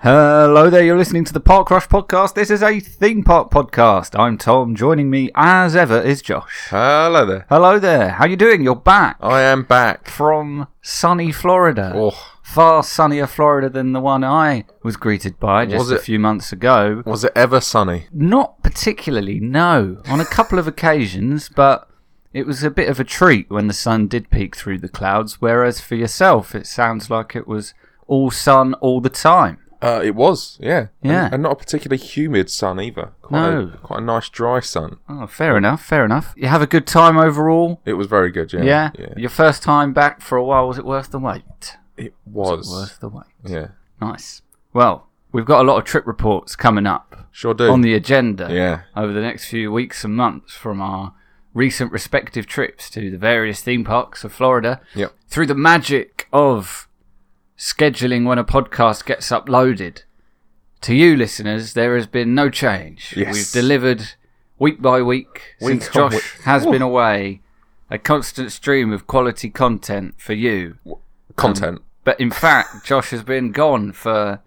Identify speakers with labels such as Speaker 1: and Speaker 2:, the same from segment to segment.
Speaker 1: Hello there, you're listening to the Park Rush podcast. This is a theme park podcast. I'm Tom. Joining me as ever is Josh.
Speaker 2: Hello there.
Speaker 1: Hello there. How you doing? You're back
Speaker 2: I am back.
Speaker 1: from sunny Florida.
Speaker 2: Oh,
Speaker 1: Far sunnier Florida than the one I was greeted by just
Speaker 2: Was
Speaker 1: a
Speaker 2: it-
Speaker 1: few months ago.
Speaker 2: was it ever sunny?
Speaker 1: Not particularly, no. On a couple of occasions, but it was a bit of a treat when the sun did peek through the clouds, whereas for yourself it sounds like it was all sun all the time.
Speaker 2: Uh, it was, yeah.
Speaker 1: Yeah.
Speaker 2: And, and not a particularly humid sun either. Quite
Speaker 1: No.
Speaker 2: A, quite a nice dry sun.
Speaker 1: Oh, fair enough, fair enough. You have a good time overall?
Speaker 2: It was very good, yeah.
Speaker 1: Yeah.
Speaker 2: Yeah.
Speaker 1: Your first time back for a while, was it worth the wait?
Speaker 2: It was.
Speaker 1: Worth the wait.
Speaker 2: Yeah.
Speaker 1: Nice. Well, we've got a lot of trip reports coming up
Speaker 2: Sure do.
Speaker 1: on the agenda
Speaker 2: yeah.
Speaker 1: over the next few weeks and months from our recent respective trips to the various theme parks of Florida
Speaker 2: Yep.
Speaker 1: through the magic of scheduling when a podcast gets uploaded. To you listeners, there has been no change.
Speaker 2: Yes.
Speaker 1: We've delivered week by week,
Speaker 2: Week
Speaker 1: since
Speaker 2: on
Speaker 1: Josh
Speaker 2: week.
Speaker 1: has
Speaker 2: Woo.
Speaker 1: been away, a constant stream of quality content for you.
Speaker 2: Content.
Speaker 1: But in fact, Josh has been gone for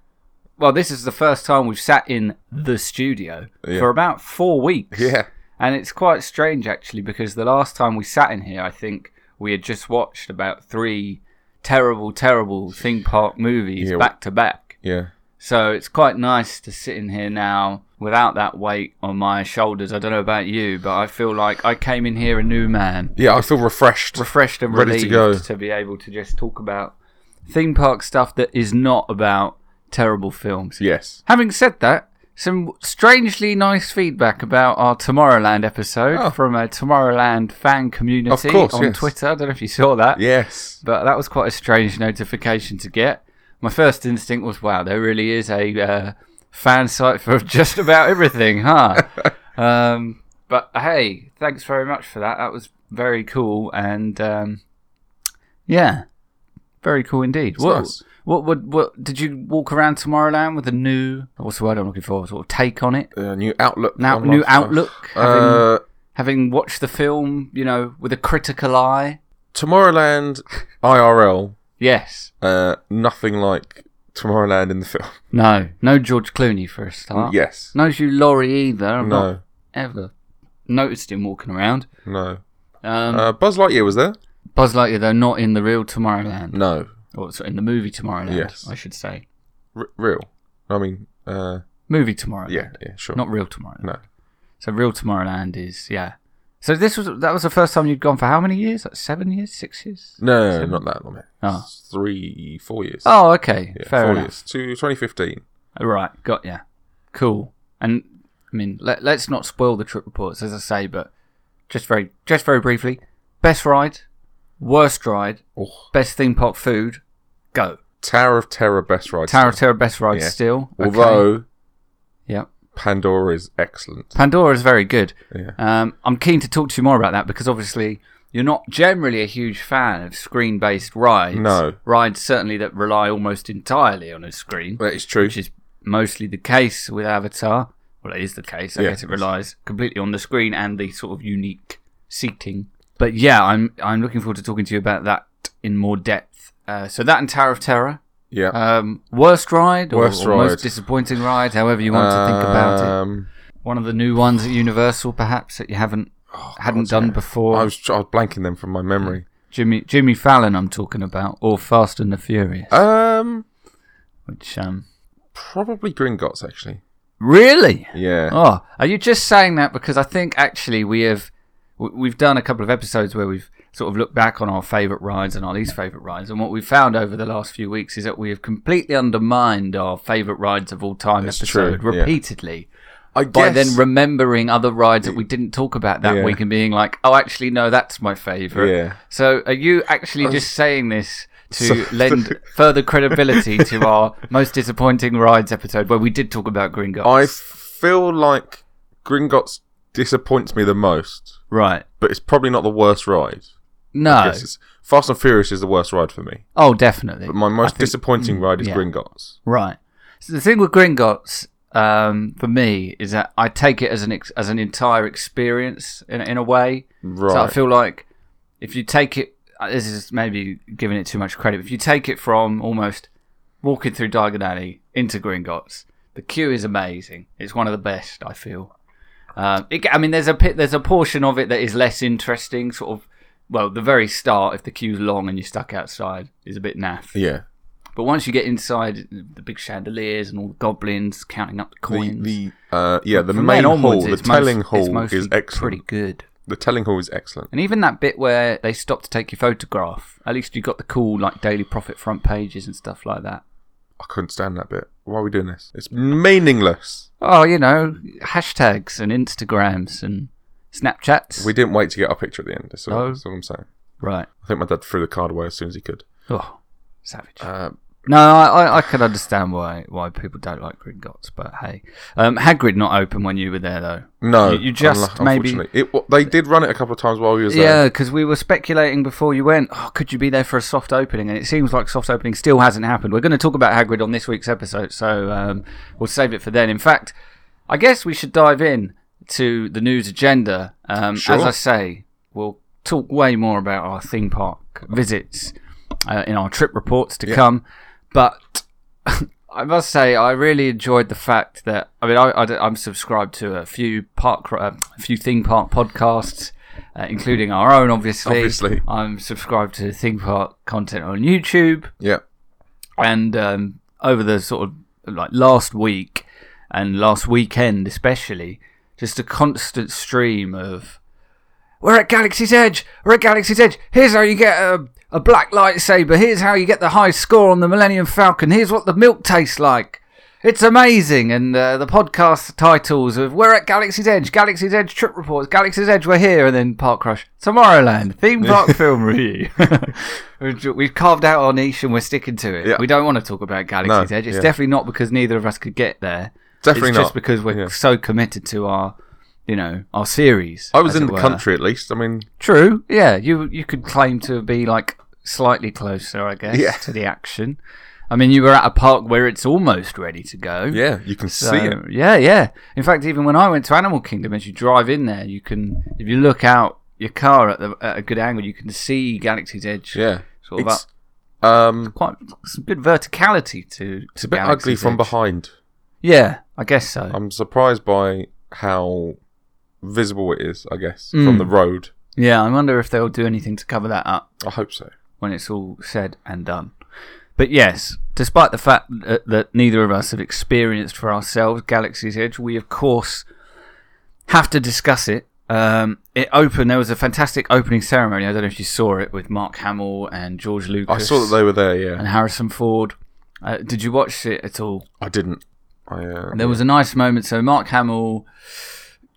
Speaker 1: well, this is the first time we've sat in the studio
Speaker 2: Yeah.
Speaker 1: for about four weeks.
Speaker 2: yeah.
Speaker 1: And it's quite strange actually because the last time we sat in here, I think we had just watched about three terrible, terrible theme park movies
Speaker 2: Yeah.
Speaker 1: back to back.
Speaker 2: Yeah.
Speaker 1: So it's quite nice to sit in here now without that weight on my shoulders. I don't know about you, but I feel like I came in here a new man,
Speaker 2: Yeah, I feel refreshed.
Speaker 1: refreshed and
Speaker 2: Ready to
Speaker 1: relieved
Speaker 2: go.
Speaker 1: to be able to just talk about theme park stuff that is not about terrible films.
Speaker 2: yes.
Speaker 1: Having said that, some strangely nice feedback about our Tomorrowland episode
Speaker 2: Oh.
Speaker 1: from a Tomorrowland fan community
Speaker 2: Of course,
Speaker 1: on
Speaker 2: yes.
Speaker 1: Twitter. I don't know if you saw that,
Speaker 2: Yes.
Speaker 1: but that was quite a strange notification to get. My first instinct was, wow, there really is a uh, fan site for just about everything, huh? um, but hey, thanks very much for that. That was very cool, and um, yeah, very cool indeed.
Speaker 2: It's
Speaker 1: What-
Speaker 2: nice.
Speaker 1: what would what did you walk around Tomorrowland with a new what's the word I'm looking for sort of take on it
Speaker 2: Uh, new outlook.
Speaker 1: now
Speaker 2: on
Speaker 1: new
Speaker 2: life.
Speaker 1: outlook having,
Speaker 2: Uh,
Speaker 1: having watched the film you know with a critical eye
Speaker 2: Tomorrowland IRL.
Speaker 1: yes
Speaker 2: Uh, nothing like Tomorrowland in the film.
Speaker 1: no no George Clooney for a start
Speaker 2: Yes.
Speaker 1: no Hugh Laurie either I've not
Speaker 2: No.
Speaker 1: ever noticed him walking around
Speaker 2: No.
Speaker 1: um,
Speaker 2: Uh, Buzz Lightyear was there?
Speaker 1: Buzz Lightyear though not in the real Tomorrowland
Speaker 2: No.
Speaker 1: or sorry, in the movie Tomorrowland
Speaker 2: Yes.
Speaker 1: I should say
Speaker 2: R- real. I mean, uh,
Speaker 1: movie Tomorrowland
Speaker 2: yeah, yeah, sure.
Speaker 1: not real Tomorrowland
Speaker 2: no.
Speaker 1: So real Tomorrowland is yeah. So this was that was the first time you'd gone for how many years? Like seven years, six years?
Speaker 2: No, no, no, not that long.
Speaker 1: Oh.
Speaker 2: Three, four years.
Speaker 1: Oh, okay,
Speaker 2: Yeah,
Speaker 1: fair
Speaker 2: four
Speaker 1: enough.
Speaker 2: years. To 2015.
Speaker 1: Right, got ya. Cool. And I mean, let, let's not spoil the trip reports, as I say, but just very, just very briefly. Best ride, worst ride,
Speaker 2: Oh.
Speaker 1: best theme park food. Go
Speaker 2: Tower of Terror best ride.
Speaker 1: Tower of
Speaker 2: still.
Speaker 1: Terror, best ride
Speaker 2: Yeah.
Speaker 1: still. Okay.
Speaker 2: Although
Speaker 1: yeah,
Speaker 2: Pandora is excellent.
Speaker 1: Pandora is very good.
Speaker 2: Yeah.
Speaker 1: Um, I'm keen to talk to you more about that because obviously you're not generally a huge fan of screen based rides.
Speaker 2: No.
Speaker 1: Rides certainly that rely almost entirely on a screen,
Speaker 2: That is true.
Speaker 1: which is mostly the case with Avatar. Well, it is the case. I
Speaker 2: Yeah.
Speaker 1: guess it relies completely on the screen and the sort of unique seating. But yeah, I'm I'm looking forward to talking to you about that in more depth. Uh, so that and Tower of Terror,
Speaker 2: yeah.
Speaker 1: um, worst ride or,
Speaker 2: Worst
Speaker 1: or
Speaker 2: ride.
Speaker 1: most disappointing ride, however you want to think about it
Speaker 2: Um,
Speaker 1: one of the new ones at Universal, perhaps that you haven't hadn't done before.
Speaker 2: Oh, I was, I was blanking them from my memory.
Speaker 1: Jimmy Jimmy Fallon, I'm talking about, or Fast and the Furious,
Speaker 2: Um,
Speaker 1: which um
Speaker 2: probably Gringotts actually.
Speaker 1: really.
Speaker 2: Yeah.
Speaker 1: Oh, are you just saying that because I think actually we have w- we've done a couple of episodes where we've sort of looked back on our favourite rides and our least favourite rides, and what we've found over the last few weeks is that we have completely undermined our favourite rides of all time
Speaker 2: It's
Speaker 1: episode
Speaker 2: true, yeah.
Speaker 1: repeatedly.
Speaker 2: I
Speaker 1: by
Speaker 2: guess.
Speaker 1: then remembering other rides that we didn't talk about that
Speaker 2: Yeah.
Speaker 1: week and being like, oh, actually, no, that's my favorite.
Speaker 2: Yeah.
Speaker 1: So are you actually just saying this to
Speaker 2: So-
Speaker 1: lend further credibility to our most disappointing rides episode where we did talk about Gringotts?
Speaker 2: I feel like Gringotts disappoints me the most,
Speaker 1: Right.
Speaker 2: but it's probably not the worst ride.
Speaker 1: No.
Speaker 2: Yes, it's- Fast and Furious is the worst ride for me.
Speaker 1: Oh, definitely.
Speaker 2: But my most disappointing ride is
Speaker 1: yeah.
Speaker 2: Gringotts.
Speaker 1: Right. So the thing with Gringotts, um, for me, is that I take it as an ex- as an entire experience in, in a way.
Speaker 2: Right.
Speaker 1: So I feel like uh, if you take it, this is maybe giving it too much credit. If you take it from almost walking through Diagon Alley into Gringotts. The queue is amazing. It's one of the best I feel. Um, it, I mean, there's a pit, there's a portion of it that is less interesting, sort of. Well, the very start, if the queue's long and you're stuck outside, is a bit naff.
Speaker 2: Yeah.
Speaker 1: But once you get inside the big chandeliers and all the goblins counting up the
Speaker 2: The,
Speaker 1: coins,
Speaker 2: the uh, yeah, the
Speaker 1: from
Speaker 2: main
Speaker 1: then onwards,
Speaker 2: hall, the
Speaker 1: it's most-
Speaker 2: telling
Speaker 1: it's
Speaker 2: hall
Speaker 1: mostly
Speaker 2: is excellent.
Speaker 1: Pretty good.
Speaker 2: The telling hall is excellent.
Speaker 1: And even that bit where they stop to take your photograph, at least you got the cool like Daily Profit front pages and stuff like that.
Speaker 2: I couldn't stand that bit. Why are we doing this? It's meaningless.
Speaker 1: Oh, you know, hashtags and Instagrams and Snapchats.
Speaker 2: We didn't wait to get our picture at the end. That's all,
Speaker 1: No.
Speaker 2: that's all I'm saying.
Speaker 1: right.
Speaker 2: I think my dad threw the card away as soon as he could.
Speaker 1: Oh, savage.
Speaker 2: Uh,
Speaker 1: no, I, I, I can understand why why people don't like Gringotts, but hey, um, Hagrid not open when you were there though.
Speaker 2: no,
Speaker 1: You- you just
Speaker 2: unlu-
Speaker 1: maybe-
Speaker 2: unfortunately. It, wa- they did run it a couple of times while we was there.
Speaker 1: Yeah, because we were speculating before you went. Oh, could you be there for a soft opening? And it seems like soft opening still hasn't happened. We're going to talk about Hagrid on this week's episode, so um, we'll save it for then. In fact, I guess we should dive in to the news agenda. Um,
Speaker 2: Sure.
Speaker 1: As I say, we'll talk way more about our theme park visits uh, in our trip reports to come, but. I must say, I really enjoyed the fact that I mean, I, I, am subscribed to a few park, uh, a few theme park podcasts, uh, including our own. Obviously,
Speaker 2: Obviously.
Speaker 1: I'm subscribed to theme park content on YouTube,
Speaker 2: Yeah.
Speaker 1: and um, over the sort of like last week and last weekend, especially, just a constant stream of we're at Galaxy's Edge. We're at Galaxy's Edge. Here's how you get a, a black lightsaber. Here's how you get the high score on the Millennium Falcon. Here's what the milk tastes like. It's amazing. And uh, the podcast titles of We're at Galaxy's Edge, Galaxy's Edge Trip Reports, Galaxy's Edge We're Here, and then Park Crush, Tomorrowland, Theme Park Film Review. We've carved out our niche and we're sticking to it.
Speaker 2: Yeah.
Speaker 1: We don't want to talk about Galaxy's
Speaker 2: No,
Speaker 1: Edge. It's
Speaker 2: yeah.
Speaker 1: definitely not because neither of us could get there.
Speaker 2: Definitely
Speaker 1: it's
Speaker 2: not.
Speaker 1: just because we're
Speaker 2: Yeah.
Speaker 1: so committed to our, you know, our series.
Speaker 2: I was
Speaker 1: as
Speaker 2: in
Speaker 1: it
Speaker 2: the
Speaker 1: were.
Speaker 2: country at least. I mean,
Speaker 1: True. Yeah, you you could claim to be like slightly closer, I guess,
Speaker 2: Yeah.
Speaker 1: to the action. I mean, you were at a park where it's almost ready to go.
Speaker 2: yeah, you can
Speaker 1: So,
Speaker 2: see it.
Speaker 1: Yeah, yeah. In fact, even when I went to Animal Kingdom, as you drive in there, you can, if you look out your car at, the, at a good angle, you can see Galaxy's Edge.
Speaker 2: Yeah.
Speaker 1: Sort of
Speaker 2: It's-
Speaker 1: up.
Speaker 2: Um,
Speaker 1: Quite some good verticality to.
Speaker 2: it's a bit ugly from behind.
Speaker 1: Yeah, I guess so.
Speaker 2: I'm surprised by how visible it is, I guess, from
Speaker 1: Mm.
Speaker 2: the road.
Speaker 1: yeah, I wonder if they'll do anything to cover that up.
Speaker 2: I hope so.
Speaker 1: when it's all said and done. But yes, despite the fact that, that neither of us have experienced for ourselves Galaxy's Edge, we of course have to discuss it. Um, it opened. There was a fantastic opening ceremony. I don't know if you saw it with Mark Hamill and George Lucas
Speaker 2: I saw that they were there, yeah.
Speaker 1: and Harrison Ford. Uh, did you watch it at all?
Speaker 2: I didn't. I, uh,
Speaker 1: There was a nice moment. So Mark Hamill,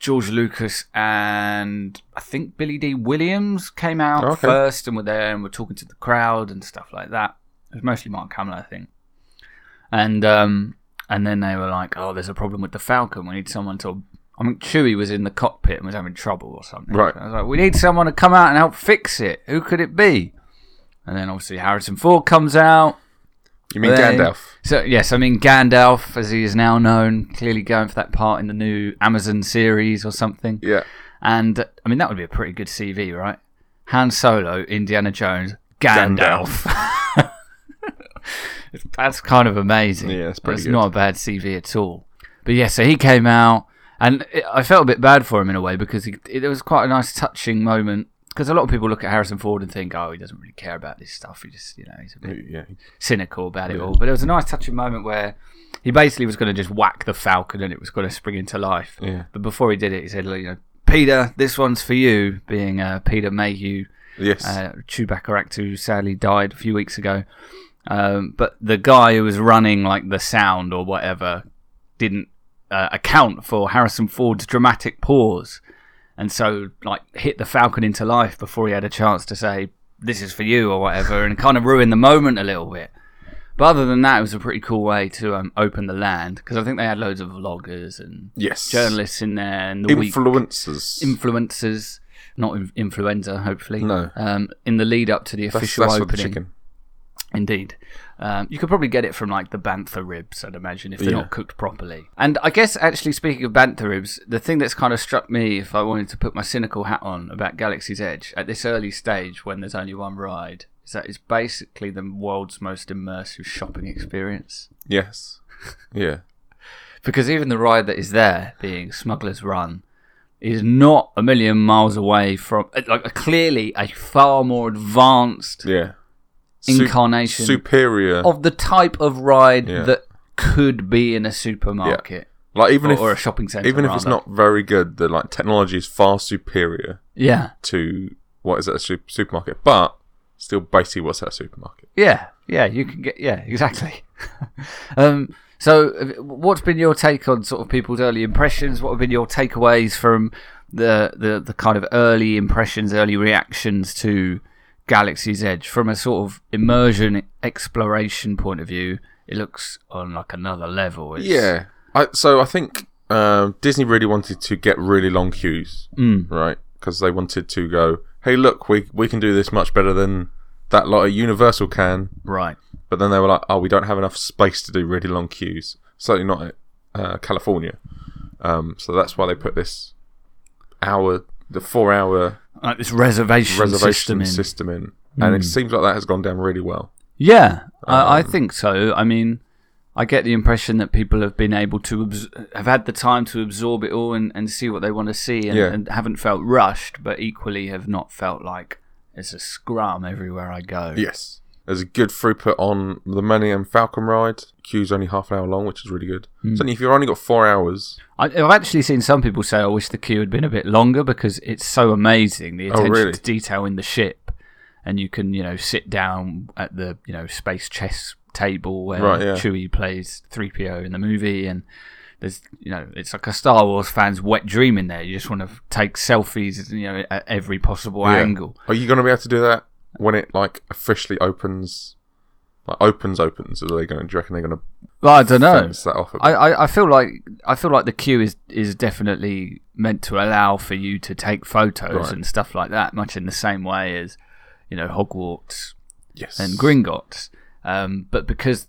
Speaker 1: George Lucas, and I think Billy D. Williams came out
Speaker 2: Oh, Okay.
Speaker 1: first and were there and were talking to the crowd and stuff like that. It was mostly Mark Hamill, I think. And um, and then they were like, "Oh, there's a problem with the Falcon. We need someone to." I mean, Chewie was in the cockpit and was having trouble or something.
Speaker 2: Right.
Speaker 1: So I was like, "We need someone to come out and help fix it. Who could it be?" And then obviously Harrison Ford comes out.
Speaker 2: you mean
Speaker 1: they-
Speaker 2: Gandalf?
Speaker 1: So yes, I mean Gandalf, as he is now known, clearly going for that part in the new Amazon series or something.
Speaker 2: Yeah.
Speaker 1: And uh, I mean that would be a pretty good CV, right? Han Solo, Indiana Jones, Gandalf. That's kind of amazing.
Speaker 2: Yeah, it's pretty
Speaker 1: That's
Speaker 2: good.
Speaker 1: not a bad CV at all. But yeah, so he came out, and it, I felt a bit bad for him in a way because he, it, it was quite a nice, touching moment. Because a lot of people look at Harrison Ford and think, "Oh, he doesn't really care about this stuff. He just, you know, he's a bit
Speaker 2: Yeah.
Speaker 1: cynical about it all. But it was a nice touching moment where he basically was going to just whack the Falcon and it was going to spring into life.
Speaker 2: Yeah.
Speaker 1: But before he did it, he said, "Look, you know, Peter, this one's for you, being uh, Peter Mayhew,
Speaker 2: Yes.
Speaker 1: uh, Chewbacca actor who sadly died a few weeks ago. Um, but the guy who was running like the sound or whatever didn't uh, account for Harrison Ford's dramatic pause, and so like hit the Falcon into life before he had a chance to say this is for you or whatever, and kind of ruined the moment a little bit. But other than that, it was a pretty cool way to um, open the land because I think they had loads of vloggers and
Speaker 2: yes.
Speaker 1: journalists in there and the week
Speaker 2: Influencers.
Speaker 1: influencers, not in- influenza, hopefully.
Speaker 2: No.
Speaker 1: Um, in the lead up to the
Speaker 2: that's
Speaker 1: official
Speaker 2: that's for the
Speaker 1: opening,
Speaker 2: chicken.
Speaker 1: indeed. Um, you could probably get it from like the bantha ribs, I'd imagine, if they're
Speaker 2: Yeah.
Speaker 1: not cooked properly. And I guess actually, speaking of bantha ribs, the thing that's kind of struck me, if I wanted to put my cynical hat on about Galaxy's Edge at this early stage when there's only one ride, is that it's basically the world's most immersive shopping experience.
Speaker 2: Yes. Yeah.
Speaker 1: Because even the ride that is there, being Smuggler's Run, is not a million miles away from like a, clearly a far more advanced
Speaker 2: Yeah. Su-
Speaker 1: incarnation
Speaker 2: superior.
Speaker 1: of the type of ride
Speaker 2: Yeah.
Speaker 1: that could be in a supermarket
Speaker 2: like even
Speaker 1: or,
Speaker 2: if
Speaker 1: or a shopping centre.
Speaker 2: even if it's
Speaker 1: rather.
Speaker 2: not very good, the like technology is far superior
Speaker 1: yeah,
Speaker 2: to what is at a su- supermarket, but still basically what's at a supermarket.
Speaker 1: yeah, yeah, you can get yeah, exactly. um, so, uh, what's been your take on sort of people's early impressions? What have been your takeaways from the the, the kind of early impressions, early reactions to Galaxy's Edge from a sort of immersion exploration point of view? It looks on like another level. It's,
Speaker 2: Yeah. I, so I think um, Disney really wanted to get really long queues,
Speaker 1: Mm.
Speaker 2: right? Because they wanted to go, hey, look, we we can do this much better than that lot at Universal can.
Speaker 1: right.
Speaker 2: But then they were like, oh, we don't have enough space to do really long queues. Certainly not at uh, California. Um, so that's why they put this hour, the four hour
Speaker 1: Like this reservation, system.
Speaker 2: reservation
Speaker 1: in. Mm.
Speaker 2: system in. And it seems like that has gone down really well.
Speaker 1: Yeah, I, I think so. I mean, I get the impression that people have been able to abs- have had the time to absorb it all and, and see what they want to see, and,
Speaker 2: Yeah.
Speaker 1: and haven't felt rushed, but equally have not felt like it's a scrum everywhere I go.
Speaker 2: Yes. There's a good throughput on the Millennium Falcon ride. Queue's only half an hour long, which is really good.
Speaker 1: Hmm.
Speaker 2: So if you've only got four hours,
Speaker 1: I, I've actually seen some people say, "I wish the queue had been a bit longer because it's so amazing the attention
Speaker 2: Oh, really?
Speaker 1: to detail in the ship, and you can you know sit down at the you know space chess table where
Speaker 2: Right, yeah.
Speaker 1: Chewie plays three PO in the movie, and there's you know it's like a Star Wars fan's wet dream in there. You just want to take selfies you know at every possible
Speaker 2: Yeah.
Speaker 1: angle.
Speaker 2: are you going to be able to do that when it like officially opens? Like opens, opens. Are they going? Do you reckon they're going to
Speaker 1: Well, I don't know.
Speaker 2: fence that off? A bit?
Speaker 1: I, I, I feel like I feel like the queue is is definitely meant to allow for you to take photos
Speaker 2: Right.
Speaker 1: and stuff like that, much in the same way as you know Hogwarts
Speaker 2: yes.
Speaker 1: and Gringotts. Um, but because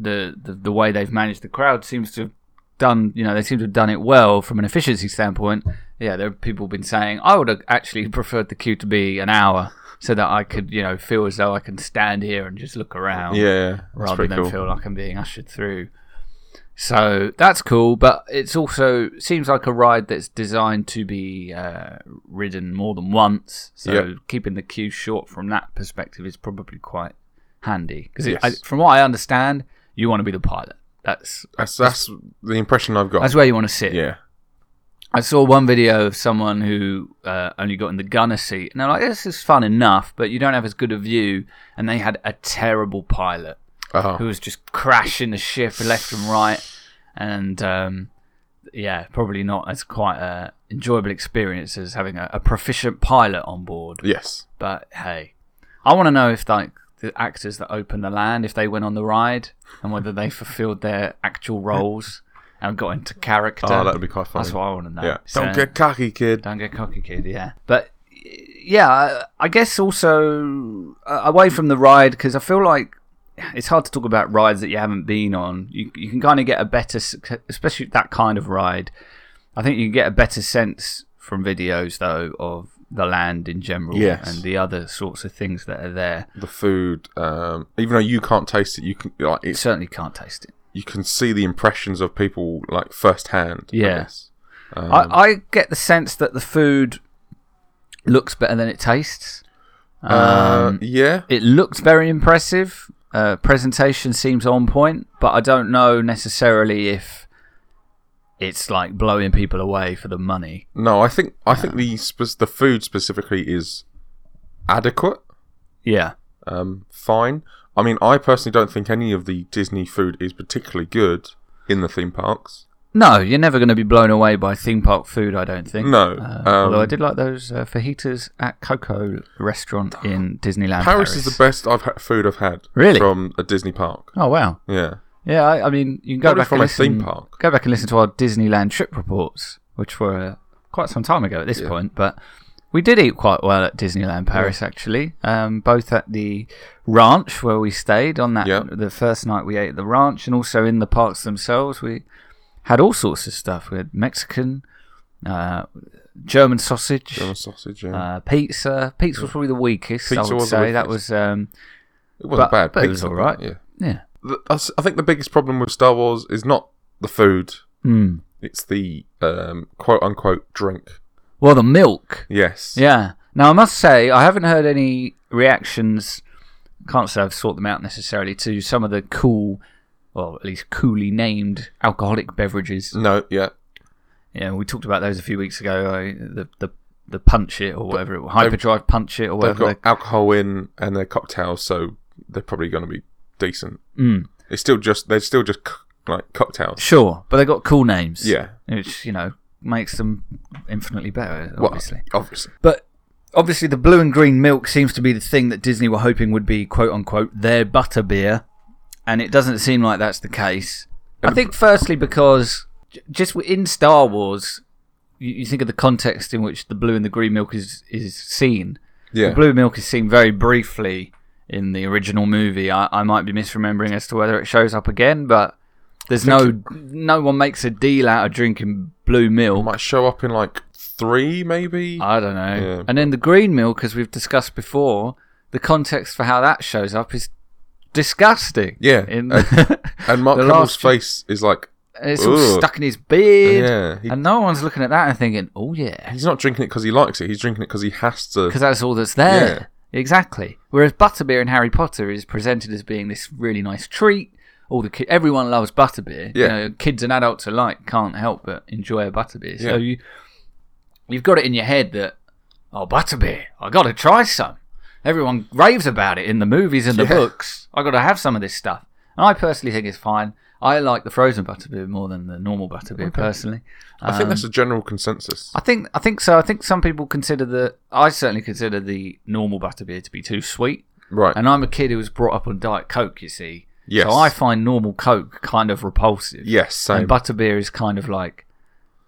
Speaker 1: the, the the way they've managed the crowd seems to have done, you know, they seem to have done it well from an efficiency standpoint. Yeah, there are people been saying I would have actually preferred the queue to be an hour so that I could, you know, feel as though I can stand here and just look around
Speaker 2: Yeah, that's
Speaker 1: rather
Speaker 2: pretty
Speaker 1: than
Speaker 2: cool.
Speaker 1: feel like I'm being ushered through. So that's cool, but it's also seems like a ride that's designed to be uh, ridden more than once. So
Speaker 2: Yeah.
Speaker 1: keeping the queue short from that perspective is probably quite handy because
Speaker 2: Yes.
Speaker 1: from what I understand, you want to be the pilot. That's
Speaker 2: That's that's the impression I've got.
Speaker 1: that's where you want to sit.
Speaker 2: yeah,
Speaker 1: I saw one video of someone who uh, only got in the gunner seat, and they're like, "This is fun enough, but you don't have as good a view." And they had a terrible pilot who
Speaker 2: uh
Speaker 1: was just crashing the ship left and right, and um, yeah, probably not as quite a enjoyable experience as having a, a proficient pilot on board.
Speaker 2: yes,
Speaker 1: But hey, I want to know if like the actors that open the land, if they went on the ride, and whether they fulfilled their actual roles and got into character.
Speaker 2: oh, that would be quite funny.
Speaker 1: That's what I want to know.
Speaker 2: yeah,
Speaker 1: So-
Speaker 2: don't get cocky, kid.
Speaker 1: don't get cocky, kid. Yeah, but yeah, I- I guess also uh, away from the ride because I feel like it's hard to talk about rides that you haven't been on. You you can kind of get a better, s- especially that kind of ride. I think you can get a better sense from videos though of the land in general
Speaker 2: Yes.
Speaker 1: and the other sorts of things that are there.
Speaker 2: The food, um, even though you can't taste it, you can like it's,
Speaker 1: Certainly can't taste it.
Speaker 2: you can see the impressions of people like firsthand. I
Speaker 1: Yeah.
Speaker 2: guess.
Speaker 1: I, I get the sense that the food looks better than it tastes.
Speaker 2: Uh,
Speaker 1: Um,
Speaker 2: yeah,
Speaker 1: it looked very impressive. Uh, presentation seems on point, but I don't know necessarily if it's like blowing people away for the money.
Speaker 2: no, I think I think the spe- the food specifically is adequate,
Speaker 1: Yeah,
Speaker 2: um, fine. I mean, I personally don't think any of the Disney food is particularly good in the theme parks.
Speaker 1: no, you're never going to be blown away by theme park food. I don't think.
Speaker 2: No,
Speaker 1: Uh,
Speaker 2: um,
Speaker 1: although I did like those uh, fajitas at Coco Restaurant in Disneyland.
Speaker 2: Paris, is the best I've ha- food I've had.
Speaker 1: Really?
Speaker 2: From a Disney park.
Speaker 1: Oh wow!
Speaker 2: Yeah.
Speaker 1: Yeah, I, I mean, you can go
Speaker 2: Probably
Speaker 1: back
Speaker 2: from
Speaker 1: and
Speaker 2: a
Speaker 1: listen,
Speaker 2: theme park.
Speaker 1: Go back and listen to our Disneyland trip reports, which were uh, quite some time ago at this point, but we did eat quite well at Disneyland Paris actually. Um, both at the ranch where we stayed on that
Speaker 2: Yeah.
Speaker 1: the first night we ate at the ranch, and also in the parks themselves. We had all sorts of stuff. We had Mexican, uh, German sausage,
Speaker 2: German sausage. Yeah.
Speaker 1: Uh, pizza. Pizza was probably the weakest.
Speaker 2: Pizza
Speaker 1: I would
Speaker 2: was the
Speaker 1: say that
Speaker 2: weakest.
Speaker 1: was um,
Speaker 2: it wasn't
Speaker 1: but-
Speaker 2: bad.
Speaker 1: but it was
Speaker 2: pizza,
Speaker 1: alright.
Speaker 2: Yeah.
Speaker 1: yeah.
Speaker 2: The- I s- I think the biggest problem with Star Wars is not the food;
Speaker 1: Mm.
Speaker 2: it's the um, quote unquote drink.
Speaker 1: Well, the milk.
Speaker 2: Yes.
Speaker 1: Yeah. Now I must say I haven't heard any reactions. Can't say I've sought them out necessarily to some of the cool, well, at least coolly named alcoholic beverages.
Speaker 2: No. Yeah.
Speaker 1: Yeah, we talked about those a few weeks ago. I, the the the punch it or whatever, it, hyperdrive punch it or
Speaker 2: They've
Speaker 1: whatever.
Speaker 2: got
Speaker 1: they-
Speaker 2: alcohol in and their cocktails, so they're probably going to be decent.
Speaker 1: Mm.
Speaker 2: It's still just they're still just c- like cocktails.
Speaker 1: Sure, but they got cool names.
Speaker 2: Yeah.
Speaker 1: which you know makes them infinitely better,
Speaker 2: Well,
Speaker 1: obviously.
Speaker 2: obviously.
Speaker 1: But obviously, the blue and green milk seems to be the thing that Disney were hoping would be "quote unquote" their butter beer, and it doesn't seem like that's the case. I think, firstly, because j- just in Star Wars, you, you think of the context in which the blue and the green milk is is seen.
Speaker 2: Yeah.
Speaker 1: The blue milk is seen very briefly in the original movie. I, I might be misremembering as to whether it shows up again, but there's no no one makes a deal out of drinking blue milk.
Speaker 2: might show up in like three, maybe.
Speaker 1: I don't know.
Speaker 2: Yeah.
Speaker 1: And then the green milk, as we've discussed before, the context for how that shows up is disgusting.
Speaker 2: Yeah.
Speaker 1: In
Speaker 2: and Mark
Speaker 1: the
Speaker 2: Hamill's
Speaker 1: last-
Speaker 2: face is like,
Speaker 1: it's all
Speaker 2: Ugh.
Speaker 1: stuck in his beard.
Speaker 2: yeah. He,
Speaker 1: And no one's looking at that and thinking, oh, yeah,
Speaker 2: he's not drinking it because he likes it. He's drinking it because he has to.
Speaker 1: because that's all that's there. Exactly. Whereas butterbeer in Harry Potter is presented as being this really nice treat. All the ki- everyone loves butterbeer. You
Speaker 2: Yeah.
Speaker 1: know, kids and adults alike can't help but enjoy a butterbeer. So
Speaker 2: Yeah.
Speaker 1: you, you've got it in your head that oh, butterbeer, I got to try some. Everyone raves about it in the movies and the
Speaker 2: Yeah.
Speaker 1: books. I got to have some of this stuff. And I personally think it's fine. I like the frozen butterbeer more than the normal butterbeer personally.
Speaker 2: I think
Speaker 1: um,
Speaker 2: that's a general consensus.
Speaker 1: I think I think so. I think some people consider the I certainly consider the normal butterbeer to be too sweet.
Speaker 2: Right.
Speaker 1: And I'm a kid who was brought up on Diet Coke, you see.
Speaker 2: Yes.
Speaker 1: So I find normal Coke kind of repulsive.
Speaker 2: yes. Same.
Speaker 1: And butterbeer is kind of like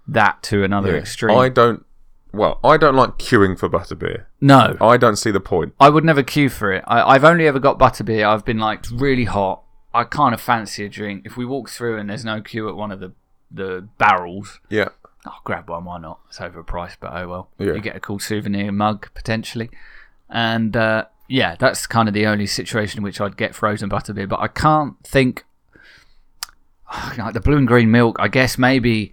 Speaker 1: that to another
Speaker 2: Yeah.
Speaker 1: extreme.
Speaker 2: I don't. Well, I don't like queuing for butterbeer.
Speaker 1: no.
Speaker 2: I don't see the point.
Speaker 1: I would never queue for it. I, I've only ever got butterbeer. I've been like really hot. I kind of fancy a drink. If we walk through and there's no queue at one of the the barrels,
Speaker 2: Yeah.
Speaker 1: I'll grab one. Why not? It's overpriced, but oh well.
Speaker 2: Yeah.
Speaker 1: You get a cool souvenir mug potentially, and uh, yeah, that's kind of the only situation in which I'd get frozen butterbeer. But I can't think like the blue and green milk. I guess maybe,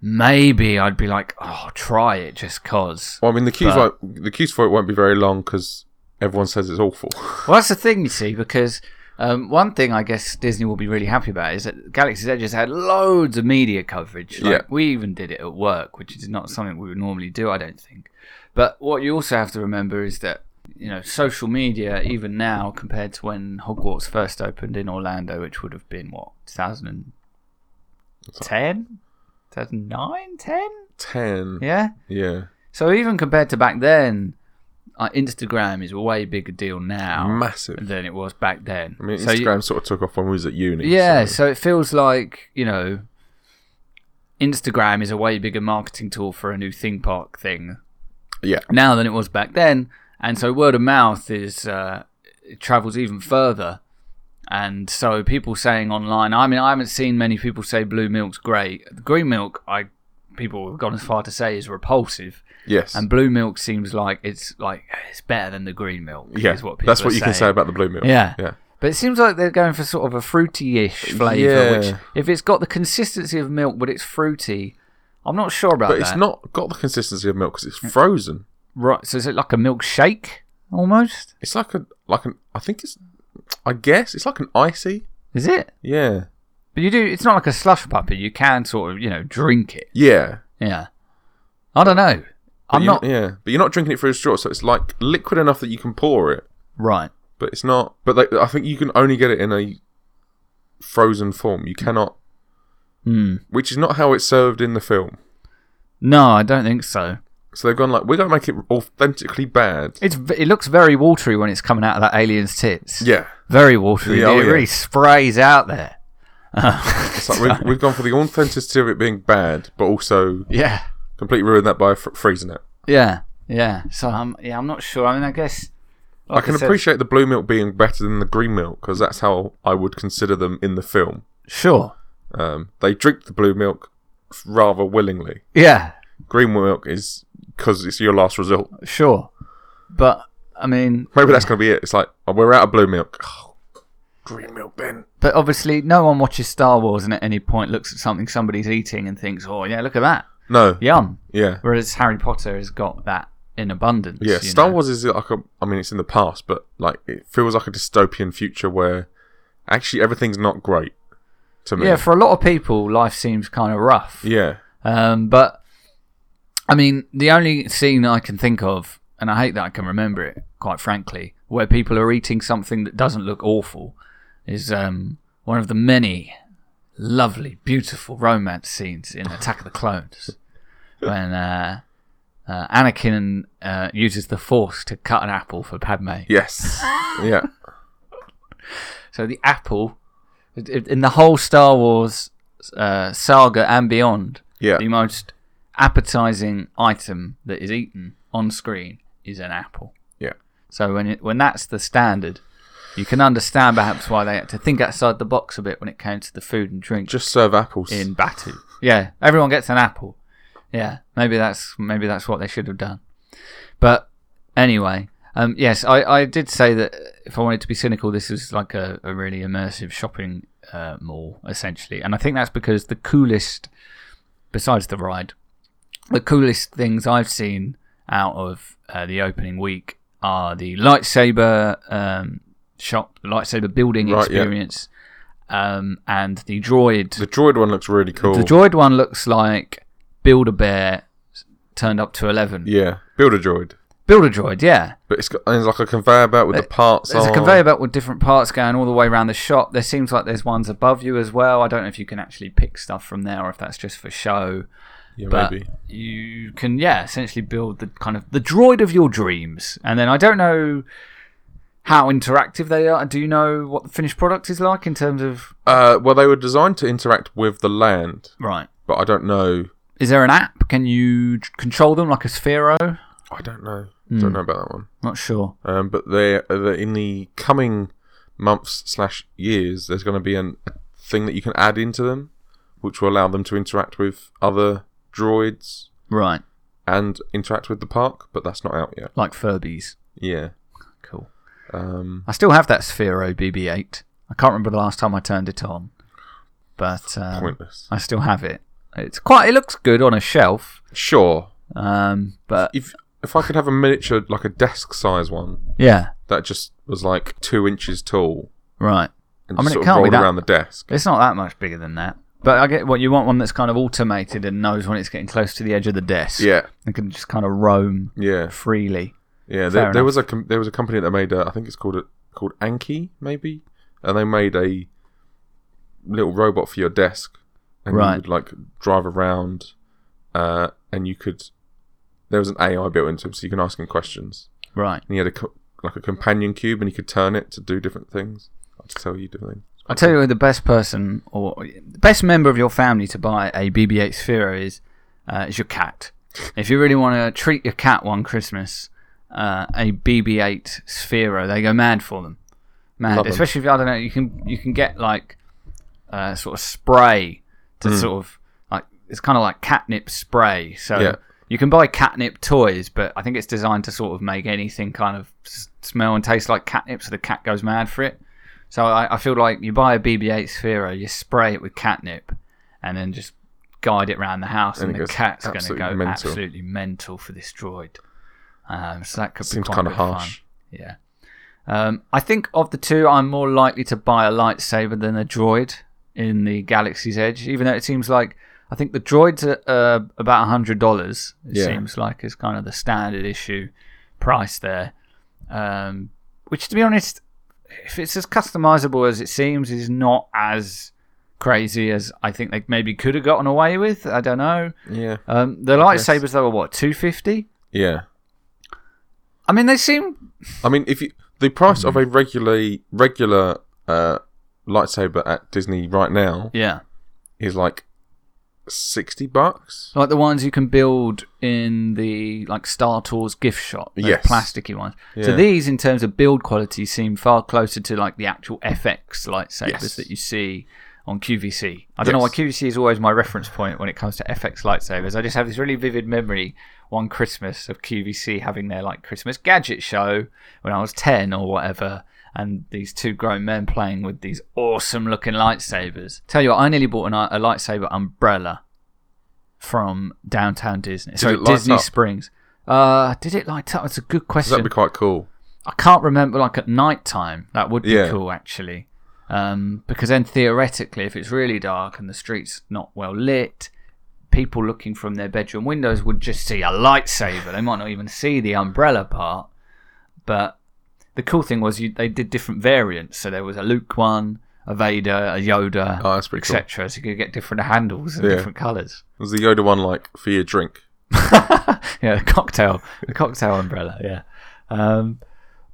Speaker 1: maybe I'd be like, oh, try it just cause.
Speaker 2: Well, I mean, the queues won't, the queues for it won't be very long because everyone says it's awful.
Speaker 1: Well, that's the thing, you see, because um, one thing I guess Disney will be really happy about is that Galaxy's Edge has had loads of media coverage. Like,
Speaker 2: Yeah.
Speaker 1: We even did it at work, which is not something we would normally do, I don't think. But what you also have to remember is that, you know, social media, even now, compared to when Hogwarts first opened in Orlando, which would have been, what, 2010? 2009? 10?
Speaker 2: Ten.
Speaker 1: Yeah.
Speaker 2: Yeah.
Speaker 1: So even compared to back then, uh, Instagram is a way bigger deal now
Speaker 2: Massive.
Speaker 1: than it was back then.
Speaker 2: I mean,
Speaker 1: Oh. So you-
Speaker 2: Instagram sort of took off when we was at uni.
Speaker 1: yeah,
Speaker 2: so-
Speaker 1: so it feels like you know, Instagram is a way bigger marketing tool for a new theme park thing
Speaker 2: yeah.
Speaker 1: now than it was back then, and so word of mouth is uh, it travels even further, and so people saying online. I mean, I haven't seen many people say blue milk's great. Green milk, I people have gone as far to say is repulsive.
Speaker 2: Yes.
Speaker 1: And blue milk seems like it's like it's better than the green milk.
Speaker 2: yeah.
Speaker 1: is what people
Speaker 2: That's
Speaker 1: are
Speaker 2: what you can
Speaker 1: saying.
Speaker 2: say about the blue milk.
Speaker 1: Yeah.
Speaker 2: Yeah.
Speaker 1: But it seems like they're going for sort of a fruity-ish flavour,
Speaker 2: Yeah.
Speaker 1: which if it's got the consistency of milk but it's fruity, I'm not sure about
Speaker 2: But
Speaker 1: that.
Speaker 2: it's not got the consistency of milk because it's frozen.
Speaker 1: right. So is it like a milkshake almost?
Speaker 2: It's like a like an I think it's I guess it's like an icy.
Speaker 1: Is it?
Speaker 2: Yeah.
Speaker 1: But you do. It's not like a slush puppet. You can sort of you know drink it.
Speaker 2: Yeah.
Speaker 1: Yeah. I don't know.
Speaker 2: But
Speaker 1: I'm
Speaker 2: you're-
Speaker 1: not
Speaker 2: Yeah. But you're not drinking it through a straw, so it's like liquid enough that you can pour it,
Speaker 1: right.
Speaker 2: but it's not. But like, I think you can only get it in a frozen form. You cannot,
Speaker 1: Hmm.
Speaker 2: which is not how it's served in the film.
Speaker 1: No, I don't think so.
Speaker 2: So they've gone like, we're gonna make it authentically bad.
Speaker 1: It's v- it looks very watery when it's coming out of that alien's tits.
Speaker 2: Yeah.
Speaker 1: Very watery.
Speaker 2: Yeah, oh,
Speaker 1: it
Speaker 2: yeah.
Speaker 1: really sprays out there.
Speaker 2: It's like we've, we've gone for the authenticity of it being bad, but also
Speaker 1: yeah.
Speaker 2: completely ruined that by fr- freezing it.
Speaker 1: Yeah, yeah. So I'm yeah, I'm not sure. I mean, I guess
Speaker 2: I can
Speaker 1: said,
Speaker 2: appreciate the blue milk being better than the green milk because that's how I would consider them in the film.
Speaker 1: Sure.
Speaker 2: Um, they drink the blue milk rather willingly.
Speaker 1: Yeah.
Speaker 2: Green milk is because it's your last resort.
Speaker 1: Sure. But, I mean,
Speaker 2: Maybe that's going to be it. It's like oh, we're out of blue milk. Oh, green milk, then.
Speaker 1: but obviously, no one watches Star Wars and at any point looks at something somebody's eating and thinks, oh, yeah, look at that.
Speaker 2: No. Yeah.
Speaker 1: Yum. Whereas Harry Potter has got that in abundance.
Speaker 2: Yeah,
Speaker 1: you
Speaker 2: Star
Speaker 1: know.
Speaker 2: Wars is like a. I mean, it's in the past, but like it feels like a dystopian future where actually everything's not great to me.
Speaker 1: Yeah, for a lot of people, life seems kind of rough.
Speaker 2: yeah,
Speaker 1: Um, but I mean, the only scene I can think of, and I hate that I can remember it, quite frankly, where people are eating something that doesn't look awful, is um, one of the many lovely, beautiful romance scenes in Attack of the Clones, when uh, uh, Anakin uh, uses the Force to cut an apple for Padme.
Speaker 2: yes, yeah,
Speaker 1: So the apple, in the whole Star Wars uh, saga and beyond,
Speaker 2: yeah.
Speaker 1: the most appetizing item that is eaten on screen is an apple.
Speaker 2: Yeah.
Speaker 1: So when it, when that's the standard, you can understand perhaps why they had to think outside the box a bit when it came to the food and drink
Speaker 2: Just serve apples.
Speaker 1: in Batu. Yeah, everyone gets an apple. Yeah, maybe that's maybe that's what they should have done. But anyway, um, yes, I, I did say that if I wanted to be cynical, this is like a, a really immersive shopping uh, mall essentially, and I think that's because the coolest, besides the ride, the coolest things I've seen out of uh, the opening week are the lightsaber um, shop, the lightsaber building
Speaker 2: Right, yeah.
Speaker 1: experience, um, and the droid
Speaker 2: the droid one looks really cool.
Speaker 1: the droid one looks like Build a Bear turned up to eleven.
Speaker 2: yeah, build a droid.
Speaker 1: Build a droid, yeah.
Speaker 2: But it's got and it's like a conveyor belt with the parts
Speaker 1: There's
Speaker 2: on.
Speaker 1: a conveyor belt with different parts going all the way around the shop. There seems like there's ones above you as well. I don't know if you can actually pick stuff from there or if that's just for show.
Speaker 2: Yeah,
Speaker 1: But
Speaker 2: maybe.
Speaker 1: you can, yeah, essentially build the kind of the droid of your dreams. And then I don't know how interactive they are. Do you know what the finished product is like in terms of
Speaker 2: Uh, well, they were designed to interact with the land,
Speaker 1: right?
Speaker 2: but I don't know.
Speaker 1: Is there an app? Can you t- control them like a Sphero?
Speaker 2: I don't know.
Speaker 1: Hmm.
Speaker 2: Don't know about that one.
Speaker 1: Not sure.
Speaker 2: Um, but they uh, in the coming months slash years, there's going to be an, a thing that you can add into them, which will allow them to interact with other droids
Speaker 1: Right,
Speaker 2: and interact with the park. But that's not out yet.
Speaker 1: like Furbies.
Speaker 2: Yeah.
Speaker 1: Cool.
Speaker 2: Um,
Speaker 1: I still have that Sphero BB-8. I can't remember the last time I turned it on, but um,
Speaker 2: pointless.
Speaker 1: I still have it. It's quite. It looks good on a shelf,
Speaker 2: Sure.
Speaker 1: um, but
Speaker 2: If if I could have a miniature, like a desk size one
Speaker 1: yeah,
Speaker 2: that just was like two inches tall
Speaker 1: right.
Speaker 2: and
Speaker 1: I mean,
Speaker 2: just
Speaker 1: it
Speaker 2: sort of
Speaker 1: can't be
Speaker 2: rolled
Speaker 1: that-
Speaker 2: around the desk.
Speaker 1: It's not that much bigger than that. But I get what you want. One that's kind of automated and knows when it's getting close to the edge of the desk.
Speaker 2: Yeah.
Speaker 1: and can just kind of roam
Speaker 2: Yeah.
Speaker 1: freely.
Speaker 2: Yeah,
Speaker 1: Fair
Speaker 2: there, there
Speaker 1: enough.
Speaker 2: was a com- there was a company that made a, I think it's called a, called Anki maybe, and they made a little robot for your desk, and
Speaker 1: Right.
Speaker 2: you would like drive around, uh, and you could. There was an AI built into him, so you can ask him questions.
Speaker 1: Right.
Speaker 2: And he had a co- like a companion cube, and you could turn it to do different things. I'll just tell you doing.
Speaker 1: I'll tell you who the best person or the best member of your family to buy a BB-8 Sphero is uh, is your cat. If you really want to treat your cat one Christmas, uh, a BB-8 Sphero, they go mad for them, mad.
Speaker 2: Love 'em.
Speaker 1: Especially if I don't know, you can you can get like uh, sort of spray to
Speaker 2: Mm.
Speaker 1: sort of like it's kind of like catnip spray. So
Speaker 2: Yeah.
Speaker 1: you can buy catnip toys, but I think it's designed to sort of make anything kind of s- smell and taste like catnip, so the cat goes mad for it. So I, I feel like you buy a BB-8 Sphero, you spray it with catnip, and then just guide it around the house,
Speaker 2: And
Speaker 1: and,
Speaker 2: it
Speaker 1: the
Speaker 2: goes
Speaker 1: cat's going to
Speaker 2: absolutely
Speaker 1: go
Speaker 2: mental.
Speaker 1: absolutely mental for this droid. Um, so that could be
Speaker 2: Seems
Speaker 1: quite
Speaker 2: kind of harsh.
Speaker 1: Fun. Yeah. Um, I think of the two, I'm more likely to buy a lightsaber than a droid in the Galaxy's Edge, even though it seems like I think the droids are uh, about hundred dollars. It
Speaker 2: Yeah.
Speaker 1: seems like is kind of the standard issue price there, um, which to be honest, if it's as customizable as it seems, is not as crazy as I think they maybe could have gotten away with. I don't know.
Speaker 2: Yeah,
Speaker 1: Um, the lightsabers though are what two fifty.
Speaker 2: yeah.
Speaker 1: I mean, they seem
Speaker 2: I mean, if you the price of
Speaker 1: Mm-hmm.
Speaker 2: a regularly regular uh, lightsaber at Disney right now
Speaker 1: yeah
Speaker 2: is like sixty bucks.
Speaker 1: like the ones you can build in the like Star Tours gift shop. Those
Speaker 2: Yes.
Speaker 1: plasticky ones.
Speaker 2: Yeah.
Speaker 1: So these, in terms of build quality, seem far closer to like the actual FX lightsabers
Speaker 2: Yes.
Speaker 1: that you see on QVC. I don't know why
Speaker 2: Yes.
Speaker 1: QVC is always my reference point when it comes to FX lightsabers. I just have this really vivid memory one Christmas of QVC having their like Christmas gadget show when I was 10 or whatever. And these two grown men playing with these awesome looking lightsabers. Tell you what, I nearly bought an, a lightsaber umbrella from downtown Disney. Sorry,
Speaker 2: it light
Speaker 1: Disney
Speaker 2: up?
Speaker 1: Springs. Uh, did it light up? That's a good question.
Speaker 2: That'd be quite cool.
Speaker 1: I can't remember like at night time. That would be
Speaker 2: Yeah.
Speaker 1: cool actually. Um, because then theoretically if it's really dark and the street's not well lit, people looking from their bedroom windows would just see a lightsaber. they might not even see the umbrella part. But the cool thing was you, they did different variants. So there was a Luke one, a Vader, a Yoda,
Speaker 2: Oh, that's pretty cool.
Speaker 1: etc. So you could get different handles and
Speaker 2: Yeah.
Speaker 1: different colours.
Speaker 2: Was the Yoda one like for your drink?
Speaker 1: yeah, the cocktail, the cocktail umbrella. Yeah, um,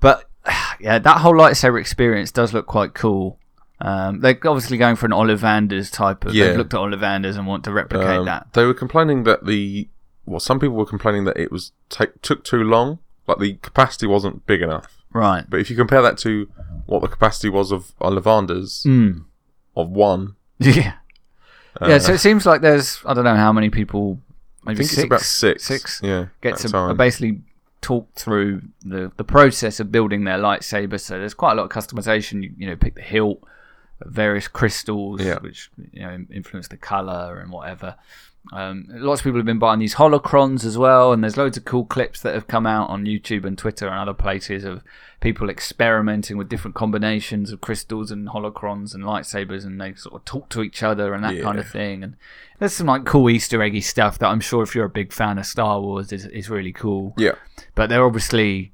Speaker 1: but yeah, that whole lightsaber experience does look quite cool. Um, they're obviously going for an Ollivanders type of.
Speaker 2: Yeah.
Speaker 1: They've looked at Ollivanders and want to replicate
Speaker 2: Um,
Speaker 1: that.
Speaker 2: They were complaining that the well, some people were complaining that it was take, took too long, like the capacity wasn't big enough.
Speaker 1: Right.
Speaker 2: But if you compare that to what the capacity was of Ollivander's
Speaker 1: Mm.
Speaker 2: of one,
Speaker 1: Yeah.
Speaker 2: uh,
Speaker 1: yeah. So it seems like there's I don't know how many people. Maybe
Speaker 2: I think
Speaker 1: six,
Speaker 2: it's about six.
Speaker 1: Six.
Speaker 2: yeah,
Speaker 1: Gets to
Speaker 2: at time.
Speaker 1: basically talk through the the process of building their lightsaber. So there's quite a lot of customization. You, you know, pick the hilt, various crystals,
Speaker 2: Yeah.
Speaker 1: which you know influence the color and whatever. Um, lots of people have been buying these holocrons as well, and there's loads of cool clips that have come out on YouTube and Twitter and other places of people experimenting with different combinations of crystals and holocrons and lightsabers, and they sort of talk to each other and that kind of thing. And there's some like cool Easter eggy stuff that I'm sure if you're a big fan of Star Wars is is really cool
Speaker 2: yeah,
Speaker 1: but they're obviously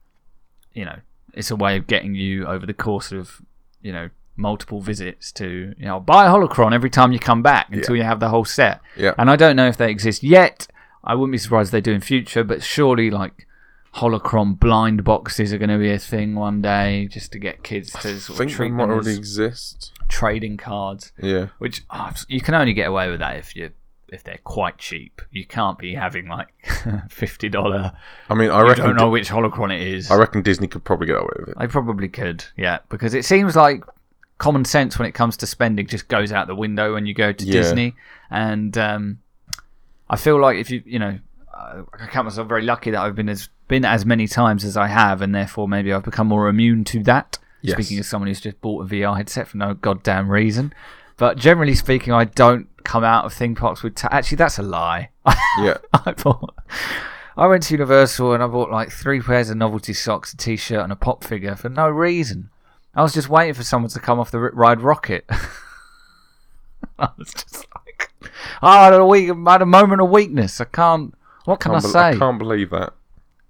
Speaker 1: you know it's a way of getting you over the course of you know multiple visits to you know buy a holocron every time you come back until you have the whole set
Speaker 2: Yeah.
Speaker 1: and i don't know if they exist yet i wouldn't be surprised if they do in future but surely like holocron blind boxes are going to be a thing one day just to get kids to
Speaker 2: I
Speaker 1: sort of
Speaker 2: think they
Speaker 1: treat
Speaker 2: might
Speaker 1: them
Speaker 2: already
Speaker 1: as
Speaker 2: exist.
Speaker 1: trading cards
Speaker 2: Yeah,
Speaker 1: which oh, you can only get away with that if you if they're quite cheap you can't be having like $50
Speaker 2: I mean, I
Speaker 1: i
Speaker 2: reckon
Speaker 1: don't know which holocron it is
Speaker 2: I reckon Disney could probably get away with it.
Speaker 1: they probably could, yeah, because it seems like common sense when it comes to spending just goes out the window when you go to
Speaker 2: Yeah.
Speaker 1: Disney, and um, I feel like if you, you know, I I count myself very lucky that I've been as been as many times as I have, and therefore maybe I've become more immune to that.
Speaker 2: Yes.
Speaker 1: Speaking as someone who's just bought a VR headset for no goddamn reason, but generally speaking, I don't come out of theme parks with. Ta- Actually, that's a lie.
Speaker 2: Yeah,
Speaker 1: I bought. I went to Universal and I bought like three pairs of novelty socks, a T-shirt, and a pop figure for no reason. I was just waiting for someone to come off the r- ride rocket. I was just like, oh, I had a week, I had a moment of weakness. I can't. What can I,
Speaker 2: Can't bel-
Speaker 1: say?
Speaker 2: I can't believe that.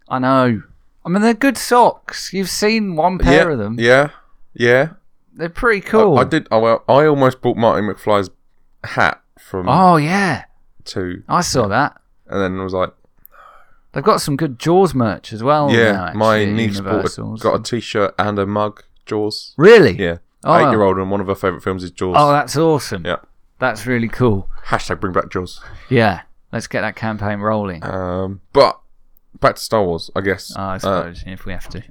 Speaker 1: I know. I mean, they're good socks. You've seen one pair
Speaker 2: yeah,
Speaker 1: of them.
Speaker 2: yeah, yeah.
Speaker 1: They're pretty cool.
Speaker 2: I, I did. Oh well, I almost bought Martin McFly's hat from
Speaker 1: Oh yeah,
Speaker 2: two,
Speaker 1: I saw that.
Speaker 2: and then was like,
Speaker 1: They've got some good Jaws merch as well.
Speaker 2: yeah,
Speaker 1: now, actually,
Speaker 2: my
Speaker 1: at
Speaker 2: niece bought a,
Speaker 1: Oh, Universal.
Speaker 2: got a T-shirt and a mug. Jaws.
Speaker 1: really.
Speaker 2: Yeah,
Speaker 1: Oh.
Speaker 2: eight year old, and one of her favorite films is Jaws.
Speaker 1: Oh, that's awesome.
Speaker 2: Yeah.
Speaker 1: That's really cool.
Speaker 2: Hashtag bring back Jaws.
Speaker 1: Yeah. Let's get that campaign rolling.
Speaker 2: Um, but back to Star Wars, I guess.
Speaker 1: I
Speaker 2: Uh,
Speaker 1: suppose, if we have to.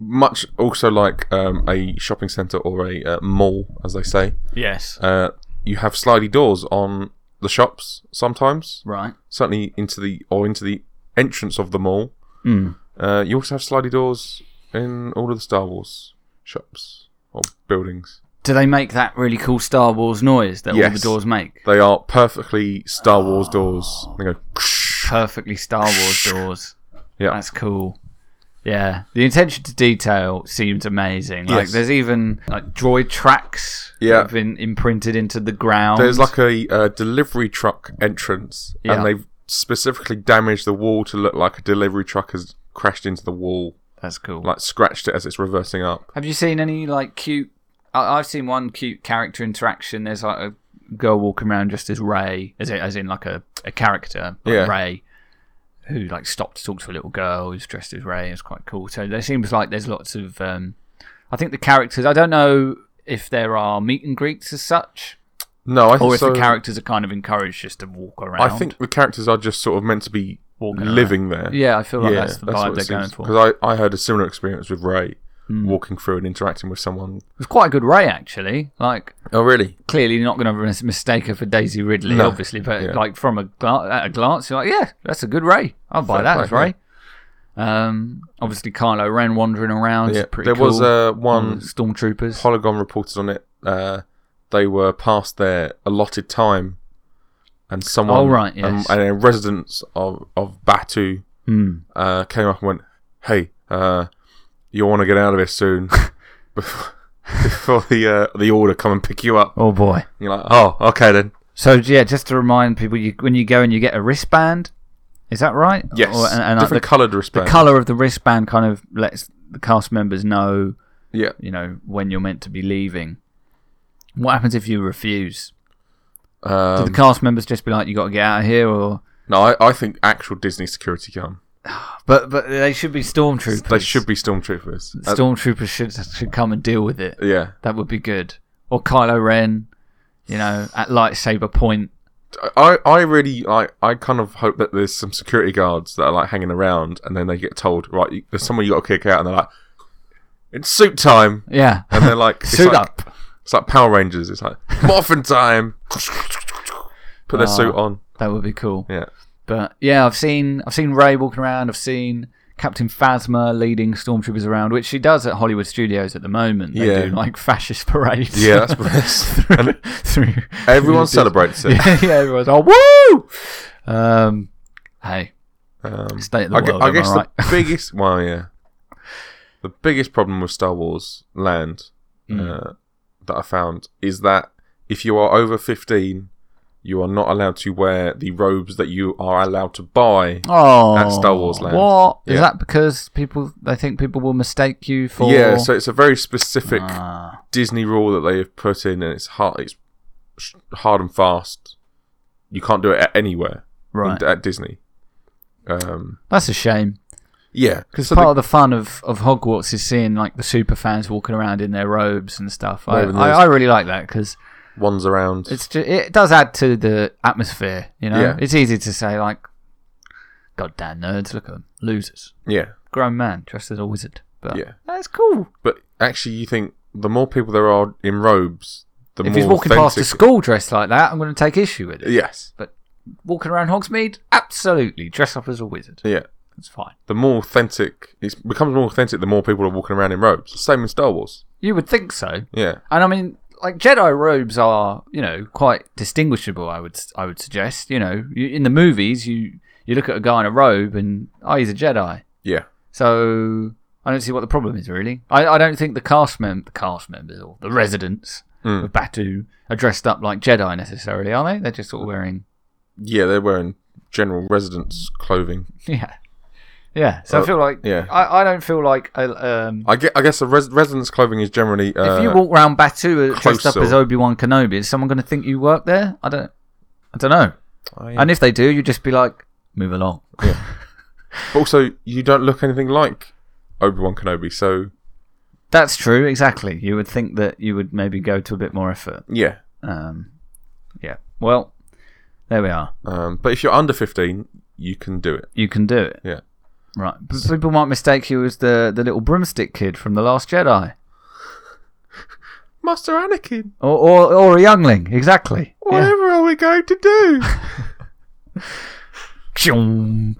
Speaker 2: much also like um, a shopping centre or a uh, mall, as they say.
Speaker 1: Yes.
Speaker 2: Uh, you have slidey doors on the shops sometimes.
Speaker 1: Right.
Speaker 2: certainly into the or into the entrance of the mall.
Speaker 1: Mm.
Speaker 2: Uh, you also have slidey doors in all of the Star Wars shops or buildings.
Speaker 1: Do they make that really cool Star Wars noise that all the
Speaker 2: Yes.
Speaker 1: doors make?
Speaker 2: They are perfectly Star Wars doors. They go.
Speaker 1: Perfectly Star Wars doors.
Speaker 2: Yeah.
Speaker 1: That's cool. Yeah. The attention to detail seems amazing. Like
Speaker 2: Yes.
Speaker 1: there's even like droid tracks
Speaker 2: Yeah.
Speaker 1: that have been imprinted into the ground.
Speaker 2: There's like a uh, delivery truck entrance,
Speaker 1: Yeah.
Speaker 2: and they've specifically damaged the wall to look like a delivery truck has crashed into the wall,
Speaker 1: That's cool.
Speaker 2: like scratched it as it's reversing up.
Speaker 1: Have you seen any like cute? I- I've seen one cute character interaction. There's like a girl walking around just as Ray, as in, as in like a, a character, like
Speaker 2: Yeah.
Speaker 1: Ray, who like stopped to talk to a little girl who's dressed as Ray. It's quite cool. So there seems like there's lots of. Um, I think the characters. I don't know if there are meet and greets as such,
Speaker 2: No, I think
Speaker 1: or if
Speaker 2: so.
Speaker 1: the characters are kind of encouraged just to walk around.
Speaker 2: I think the characters are just sort of meant to be
Speaker 1: Walking around.
Speaker 2: living there.
Speaker 1: Yeah, I feel like that's the vibe they're going for. Hmm.
Speaker 2: Because I, I had a similar experience with Ray. walking through and interacting with someone.
Speaker 1: was quite a good Ray actually. Like
Speaker 2: Oh, really?
Speaker 1: clearly not going to mis- mistake her for Daisy Ridley,
Speaker 2: No.
Speaker 1: obviously, but
Speaker 2: Yeah.
Speaker 1: like from a gla- at a glance, you're like, yeah, that's a good Ray. I'll buy
Speaker 2: Fair
Speaker 1: that
Speaker 2: play,
Speaker 1: as Ray. Um, obviously Kylo Ren wandering around.
Speaker 2: Yeah.
Speaker 1: Yeah, pretty
Speaker 2: There was
Speaker 1: cool.
Speaker 2: uh, one
Speaker 1: Um, stormtroopers.
Speaker 2: Polygon reported on it. Uh, they were past their allotted time, and someone,
Speaker 1: Oh, right,
Speaker 2: um,
Speaker 1: yes.
Speaker 2: and a resident of of Batu
Speaker 1: Hmm.
Speaker 2: uh, came up and went, "Hey, uh, you want to get out of here soon before, before the uh, the order come and pick you up."
Speaker 1: Oh boy.
Speaker 2: And you're like, "Oh, okay then."
Speaker 1: So yeah, just to remind people, you, when you go and you get a wristband, is that right?
Speaker 2: Yes,
Speaker 1: Or- and, and like,
Speaker 2: different coloured
Speaker 1: the,
Speaker 2: respect.
Speaker 1: the color of the wristband kind of lets the cast members know,
Speaker 2: yeah,
Speaker 1: you know, when you're meant to be leaving. What happens if you refuse? Do
Speaker 2: um,
Speaker 1: the cast members just be like, "You got to get out of here," or
Speaker 2: no, I, I think actual Disney security come.
Speaker 1: but but they should be stormtroopers.
Speaker 2: They should be stormtroopers. Uh,
Speaker 1: stormtroopers should should come and deal with it.
Speaker 2: yeah,
Speaker 1: That would be good. Or Kylo Ren, you know, at lightsaber point.
Speaker 2: I, I really I, I kind of hope that there's some security guards that are like hanging around and then they get told right you, there's someone you got to kick out and they're like it's suit time
Speaker 1: Yeah,
Speaker 2: and they're like it's
Speaker 1: suit
Speaker 2: like,
Speaker 1: up.
Speaker 2: it's like Power Rangers it's like morphin time put
Speaker 1: Ah.
Speaker 2: their suit on
Speaker 1: That would be cool.
Speaker 2: yeah
Speaker 1: But yeah, I've seen I've seen Ray walking around. I've seen Captain Phasma leading stormtroopers around, which she does at Hollywood Studios at the moment. They
Speaker 2: Yeah.
Speaker 1: do like fascist parades.
Speaker 2: yeah that's and
Speaker 1: through, through
Speaker 2: everyone
Speaker 1: the-
Speaker 2: celebrates it
Speaker 1: Yeah, yeah, everyone's oh woo. Um, hey,
Speaker 2: um,
Speaker 1: state of the
Speaker 2: I, gue-
Speaker 1: world.
Speaker 2: I
Speaker 1: am
Speaker 2: guess
Speaker 1: right?
Speaker 2: the biggest well yeah the biggest problem with Star Wars Land
Speaker 1: Hmm.
Speaker 2: uh, that I found is that if you are over 15, you are not allowed to wear the robes that you are allowed to buy.
Speaker 1: Oh,
Speaker 2: at Star Wars Land.
Speaker 1: What is
Speaker 2: Yeah.
Speaker 1: that? Because people, they think people will mistake you for.
Speaker 2: Yeah, so it's a very specific
Speaker 1: Ah,
Speaker 2: Disney rule that they have put in, and it's hard, it's sh- hard and fast. You can't do it at anywhere in-
Speaker 1: right.
Speaker 2: at Disney. Um,
Speaker 1: That's a shame.
Speaker 2: yeah, because
Speaker 1: Part of the fun of, of Hogwarts is seeing like the super fans walking around in their robes and stuff. I,
Speaker 2: Waving
Speaker 1: I,
Speaker 2: those-
Speaker 1: I really like that because
Speaker 2: one's around.
Speaker 1: it's ju- it does add to the atmosphere. You know,
Speaker 2: Yeah.
Speaker 1: it's easy to say like, "Goddamn nerds, look at them, losers."
Speaker 2: yeah,
Speaker 1: Grown man dressed as a wizard, but
Speaker 2: Yeah.
Speaker 1: that's cool.
Speaker 2: but actually, you think the more people there are in robes, the
Speaker 1: if
Speaker 2: more
Speaker 1: he's walking past a
Speaker 2: authentic-
Speaker 1: school dressed like that, I'm going to take issue with it.
Speaker 2: Yes,
Speaker 1: Walking around Hogsmeade, absolutely dress up as a wizard.
Speaker 2: yeah.
Speaker 1: It's fine.
Speaker 2: the more authentic it becomes more authentic the more people are walking around in robes same in star wars
Speaker 1: You would think so.
Speaker 2: yeah
Speaker 1: And I mean, like Jedi robes are, you know, quite distinguishable. I would, I would suggest. You know, you, in the movies, you you look at a guy in a robe and oh, he's a Jedi.
Speaker 2: yeah
Speaker 1: So I don't see what the problem is really. I, I don't think the cast mem the cast members or the residents
Speaker 2: Mm.
Speaker 1: of Batu are dressed up like Jedi necessarily, are they? They're just sort of wearing
Speaker 2: yeah they're wearing general residence clothing
Speaker 1: yeah. Yeah, so
Speaker 2: Uh,
Speaker 1: I feel like
Speaker 2: yeah.
Speaker 1: I, I don't feel like I, um,
Speaker 2: i, ge- I guess the res- residence clothing is generally uh,
Speaker 1: if you walk around Batu uh, dressed up
Speaker 2: closer.
Speaker 1: as Obi Wan Kenobi, is someone going to think you work there? I don't, I don't know.
Speaker 2: I-
Speaker 1: And if they do, you just be like, move along.
Speaker 2: but also you don't look anything like obi-wan kenobi so
Speaker 1: That's true, exactly. You would think that you would maybe go to a bit more effort.
Speaker 2: yeah
Speaker 1: Um, yeah. Well, there we are.
Speaker 2: um, but if you're under 15 you can do it
Speaker 1: You can do it.
Speaker 2: Yeah.
Speaker 1: Right. But people might mistake you as the, the little broomstick kid from The Last Jedi.
Speaker 2: master anakin
Speaker 1: Or, or, or a youngling, exactly. Yeah.
Speaker 2: whatever are we going to do
Speaker 1: Chum.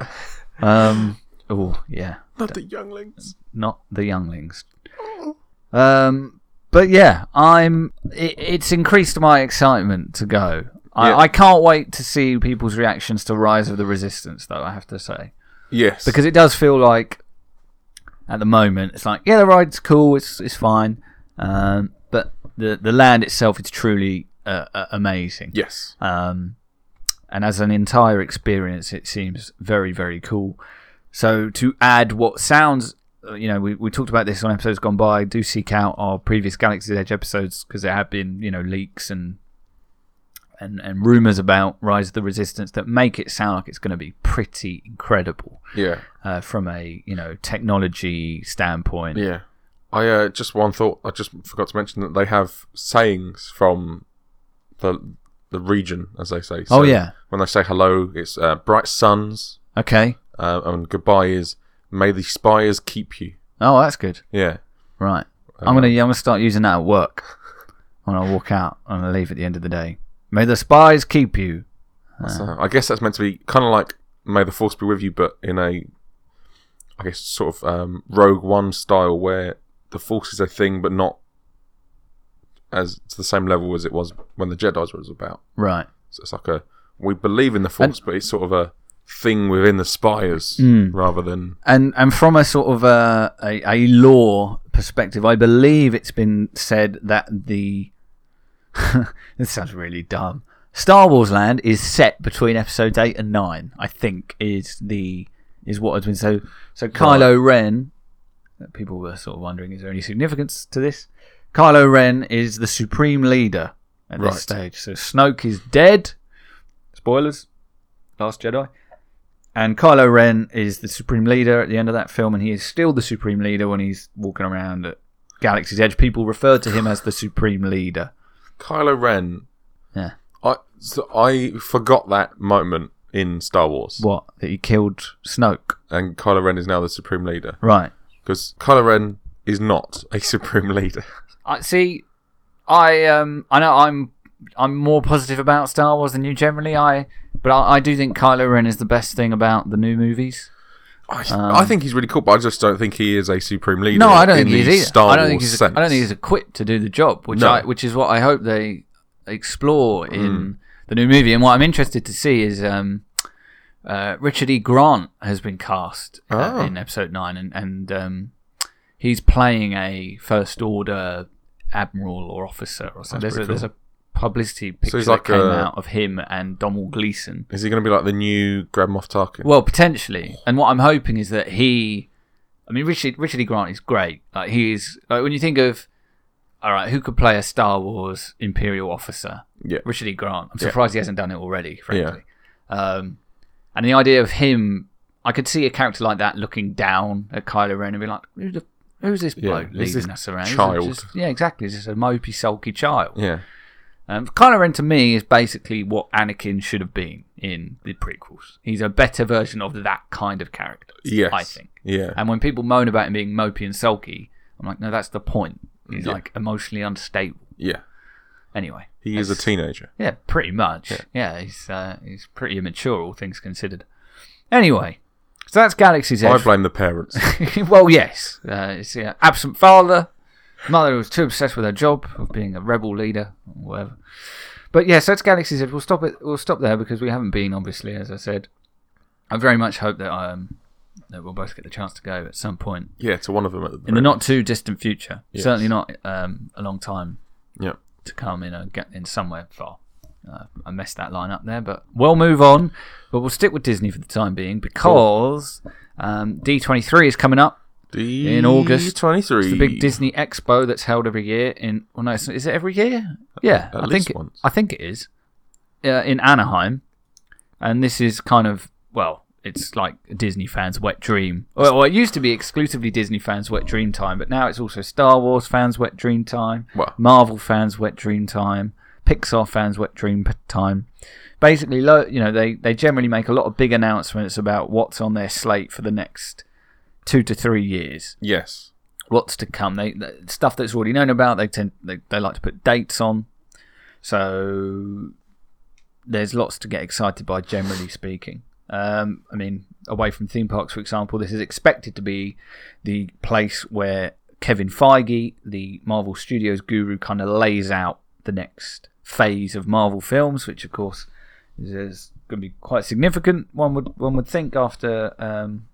Speaker 1: Um, oh, yeah.
Speaker 2: not the younglings
Speaker 1: Not the younglings. Um, but yeah, I'm. It, it's increased my excitement to go. I,
Speaker 2: Yeah.
Speaker 1: I can't wait to see people's reactions to Rise of the Resistance, though. I have to say
Speaker 2: yes
Speaker 1: because it does feel like at the moment it's like yeah, the ride's cool, it's it's fine, um, but the the land itself is truly uh, uh, amazing.
Speaker 2: yes
Speaker 1: Um, and as an entire experience, it seems very, very cool. So to add what sounds, uh, you know, we, we talked about this on episodes gone by. Do seek out our previous Galaxy's Edge episodes because there have been, you know, leaks and and and rumors about Rise of the Resistance that make it sound like it's going to be pretty incredible
Speaker 2: yeah
Speaker 1: uh, from a you know technology standpoint.
Speaker 2: Yeah. I uh, just one thought. I just forgot to mention that they have sayings from the the region, as they say.
Speaker 1: Oh, yeah.
Speaker 2: When they say hello, it's uh, bright suns,
Speaker 1: Okay.
Speaker 2: uh, and goodbye is may the spires keep you.
Speaker 1: Oh, that's good.
Speaker 2: Yeah.
Speaker 1: Right. I'm gonna I'm gonna start using that at work when I walk out and I leave at the end of the day. May the spies keep you.
Speaker 2: So I guess that's meant to be kind of like "May the Force be with you," but in a, I guess, sort of um, Rogue One style, where the Force is a thing, but not as to the same level as it was when the Jedi's was about.
Speaker 1: Right.
Speaker 2: So it's like a we believe in the Force, but it's sort of a thing within the spires
Speaker 1: Mm.
Speaker 2: rather than
Speaker 1: And and from a sort of a, a a law perspective, I believe it's been said that the this sounds really dumb. Star Wars Land is set between episodes eight and nine. I think is the is what has been so so Kylo Ren. People were sort of wondering, is there any significance to this? Kylo Ren is the supreme leader at
Speaker 2: Right.
Speaker 1: this stage. So Snoke is dead. Spoilers. Last Jedi. And Kylo Ren is the supreme leader at the end of that film, and he is still the supreme leader when he's walking around at Galaxy's Edge. People refer to him as the supreme leader.
Speaker 2: Kylo Ren.
Speaker 1: Yeah.
Speaker 2: I so I forgot that moment in Star Wars,
Speaker 1: What? That he killed Snoke.
Speaker 2: and Kylo Ren is now the supreme leader
Speaker 1: Right.
Speaker 2: because Kylo Ren is not a supreme leader.
Speaker 1: I see. I um. I know I'm. I'm more positive about Star Wars than you generally. I, but I, I do think Kylo Ren is the best thing about the new movies.
Speaker 2: I, I think he's really cool, but I just don't think he is a supreme leader.
Speaker 1: Um. No, I don't
Speaker 2: in
Speaker 1: think he is
Speaker 2: the
Speaker 1: either.
Speaker 2: Star
Speaker 1: I don't think
Speaker 2: Wars
Speaker 1: he's.
Speaker 2: sense.
Speaker 1: I don't think he's equipped to do the job, which
Speaker 2: No.
Speaker 1: I, which is what I hope they explore
Speaker 2: Hmm.
Speaker 1: in the new movie. And what I'm interested to see is um, uh, Richard E. Grant has been cast uh,
Speaker 2: Oh.
Speaker 1: in Episode Nine, and and um, he's playing a First Order admiral or officer or something. There's a,
Speaker 2: pretty
Speaker 1: there's a publicity picture
Speaker 2: he's like
Speaker 1: that came
Speaker 2: a-
Speaker 1: out of him and Donald Gleason.
Speaker 2: Is he going to be like the new Grand Moff Tarkin?
Speaker 1: Well, potentially. And what I'm hoping is that he, I mean, Richard Richard E. Grant is great. Like he is. Like when you think of, all right, who could play a Star Wars Imperial officer?
Speaker 2: yeah,
Speaker 1: Richard E. Grant. I'm surprised he hasn't done it already, frankly. Um, and the idea of him, I could see a character like that looking down at Kylo Ren and be like, Who the, who's this
Speaker 2: Yeah,
Speaker 1: bloke
Speaker 2: who's
Speaker 1: leading us
Speaker 2: this
Speaker 1: around? He's
Speaker 2: child?"
Speaker 1: just- yeah, exactly. He's just a mopey, sulky child.
Speaker 2: yeah.
Speaker 1: Um, Kylo Ren to me is basically what Anakin should have been in the prequels. He's a better version of that kind of character,
Speaker 2: Yes.
Speaker 1: I think.
Speaker 2: Yeah.
Speaker 1: And when people moan about him being mopey and sulky, I'm like, no, that's the point. He's like emotionally unstable.
Speaker 2: yeah.
Speaker 1: Anyway,
Speaker 2: He is a teenager.
Speaker 1: yeah, pretty much. Yeah, he's uh, he's pretty immature, all things considered. Anyway, so that's Galaxy's
Speaker 2: I
Speaker 1: Edge.
Speaker 2: blame the parents.
Speaker 1: well, yes, uh, it's yeah, absent father, mother was too obsessed with her job of being a rebel leader, or whatever. But yeah, so it's Galaxy's Edge. We'll stop it. We'll stop there because we haven't been, obviously, as I said. I very much hope that um that we'll both get the chance to go at some point
Speaker 2: yeah, to one of them at the
Speaker 1: in the
Speaker 2: moment.
Speaker 1: not too distant future. Certainly not um a long time
Speaker 2: Yeah.
Speaker 1: to come in a get in somewhere far. Uh, I messed that line up there, but we'll move on. But we'll stick with Disney for the time being because um, D23 is coming up.
Speaker 2: D-
Speaker 1: in August.
Speaker 2: twenty three.
Speaker 1: It's the big Disney Expo that's held every year in. Well, no, it's- is it every year? Yeah,
Speaker 2: at
Speaker 1: I
Speaker 2: least
Speaker 1: think it-
Speaker 2: once.
Speaker 1: I think it is uh, in Anaheim, and this is kind of well, it's like a Disney fans' wet dream. Well, well, it used to be exclusively Disney fans' wet dream time, but now it's also Star Wars fans' wet dream time,
Speaker 2: Wow.
Speaker 1: Marvel fans' wet dream time, Pixar fans' wet dream p- time. Basically, lo- you know, they they generally make a lot of big announcements about what's on their slate for the next two to three years
Speaker 2: Yes.
Speaker 1: what's to come. They the stuff that's already known about. They tend they, they like to put dates on, so there's lots to get excited by. Generally speaking, um, I mean, away from theme parks, for example, this is expected to be the place where Kevin Feige, the Marvel Studios guru, kind of lays out the next phase of Marvel films, which of course is, is going to be quite significant. One would one would think after. Um,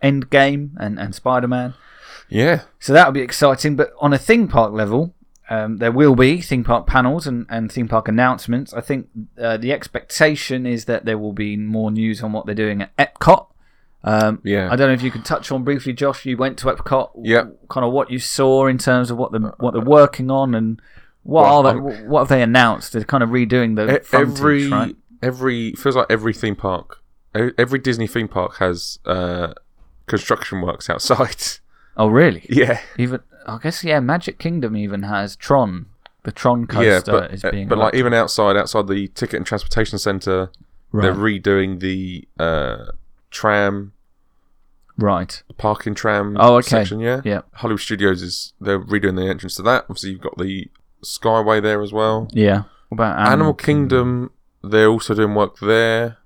Speaker 1: Endgame and, and Spider Man.
Speaker 2: Yeah.
Speaker 1: So that'll be exciting. But on a theme park level, um, there will be theme park panels and, and theme park announcements. I think uh, the expectation is that there will be more news on what they're doing at Epcot. Um,
Speaker 2: Yeah. E-,
Speaker 1: I don't know if you can touch on briefly, Josh. You went to Epcot.
Speaker 2: Yep.
Speaker 1: Kind of what you saw in terms of what the what they're working on and what
Speaker 2: Uh, Well,
Speaker 1: are they,
Speaker 2: I'm-
Speaker 1: what have they announced? They're kind of redoing the
Speaker 2: E-
Speaker 1: frontage,
Speaker 2: every
Speaker 1: right?
Speaker 2: every feels like every theme park, e- every Disney theme park has uh, construction works outside.
Speaker 1: Oh, really?
Speaker 2: yeah.
Speaker 1: Even I guess yeah. Magic Kingdom even has Tron. The Tron coaster
Speaker 2: Yeah, but
Speaker 1: is
Speaker 2: uh,
Speaker 1: being
Speaker 2: but like
Speaker 1: worked-
Speaker 2: even outside outside the ticket and transportation center,
Speaker 1: right.
Speaker 2: they're redoing the uh, tram
Speaker 1: Right.
Speaker 2: the parking tram
Speaker 1: Oh, okay.
Speaker 2: section, yeah?
Speaker 1: Yeah.
Speaker 2: Hollywood Studios is, they're redoing the entrance to that. Obviously, you've got the Skyway there as well.
Speaker 1: Yeah. What about animal?
Speaker 2: Animal Kingdom, they're also doing work there,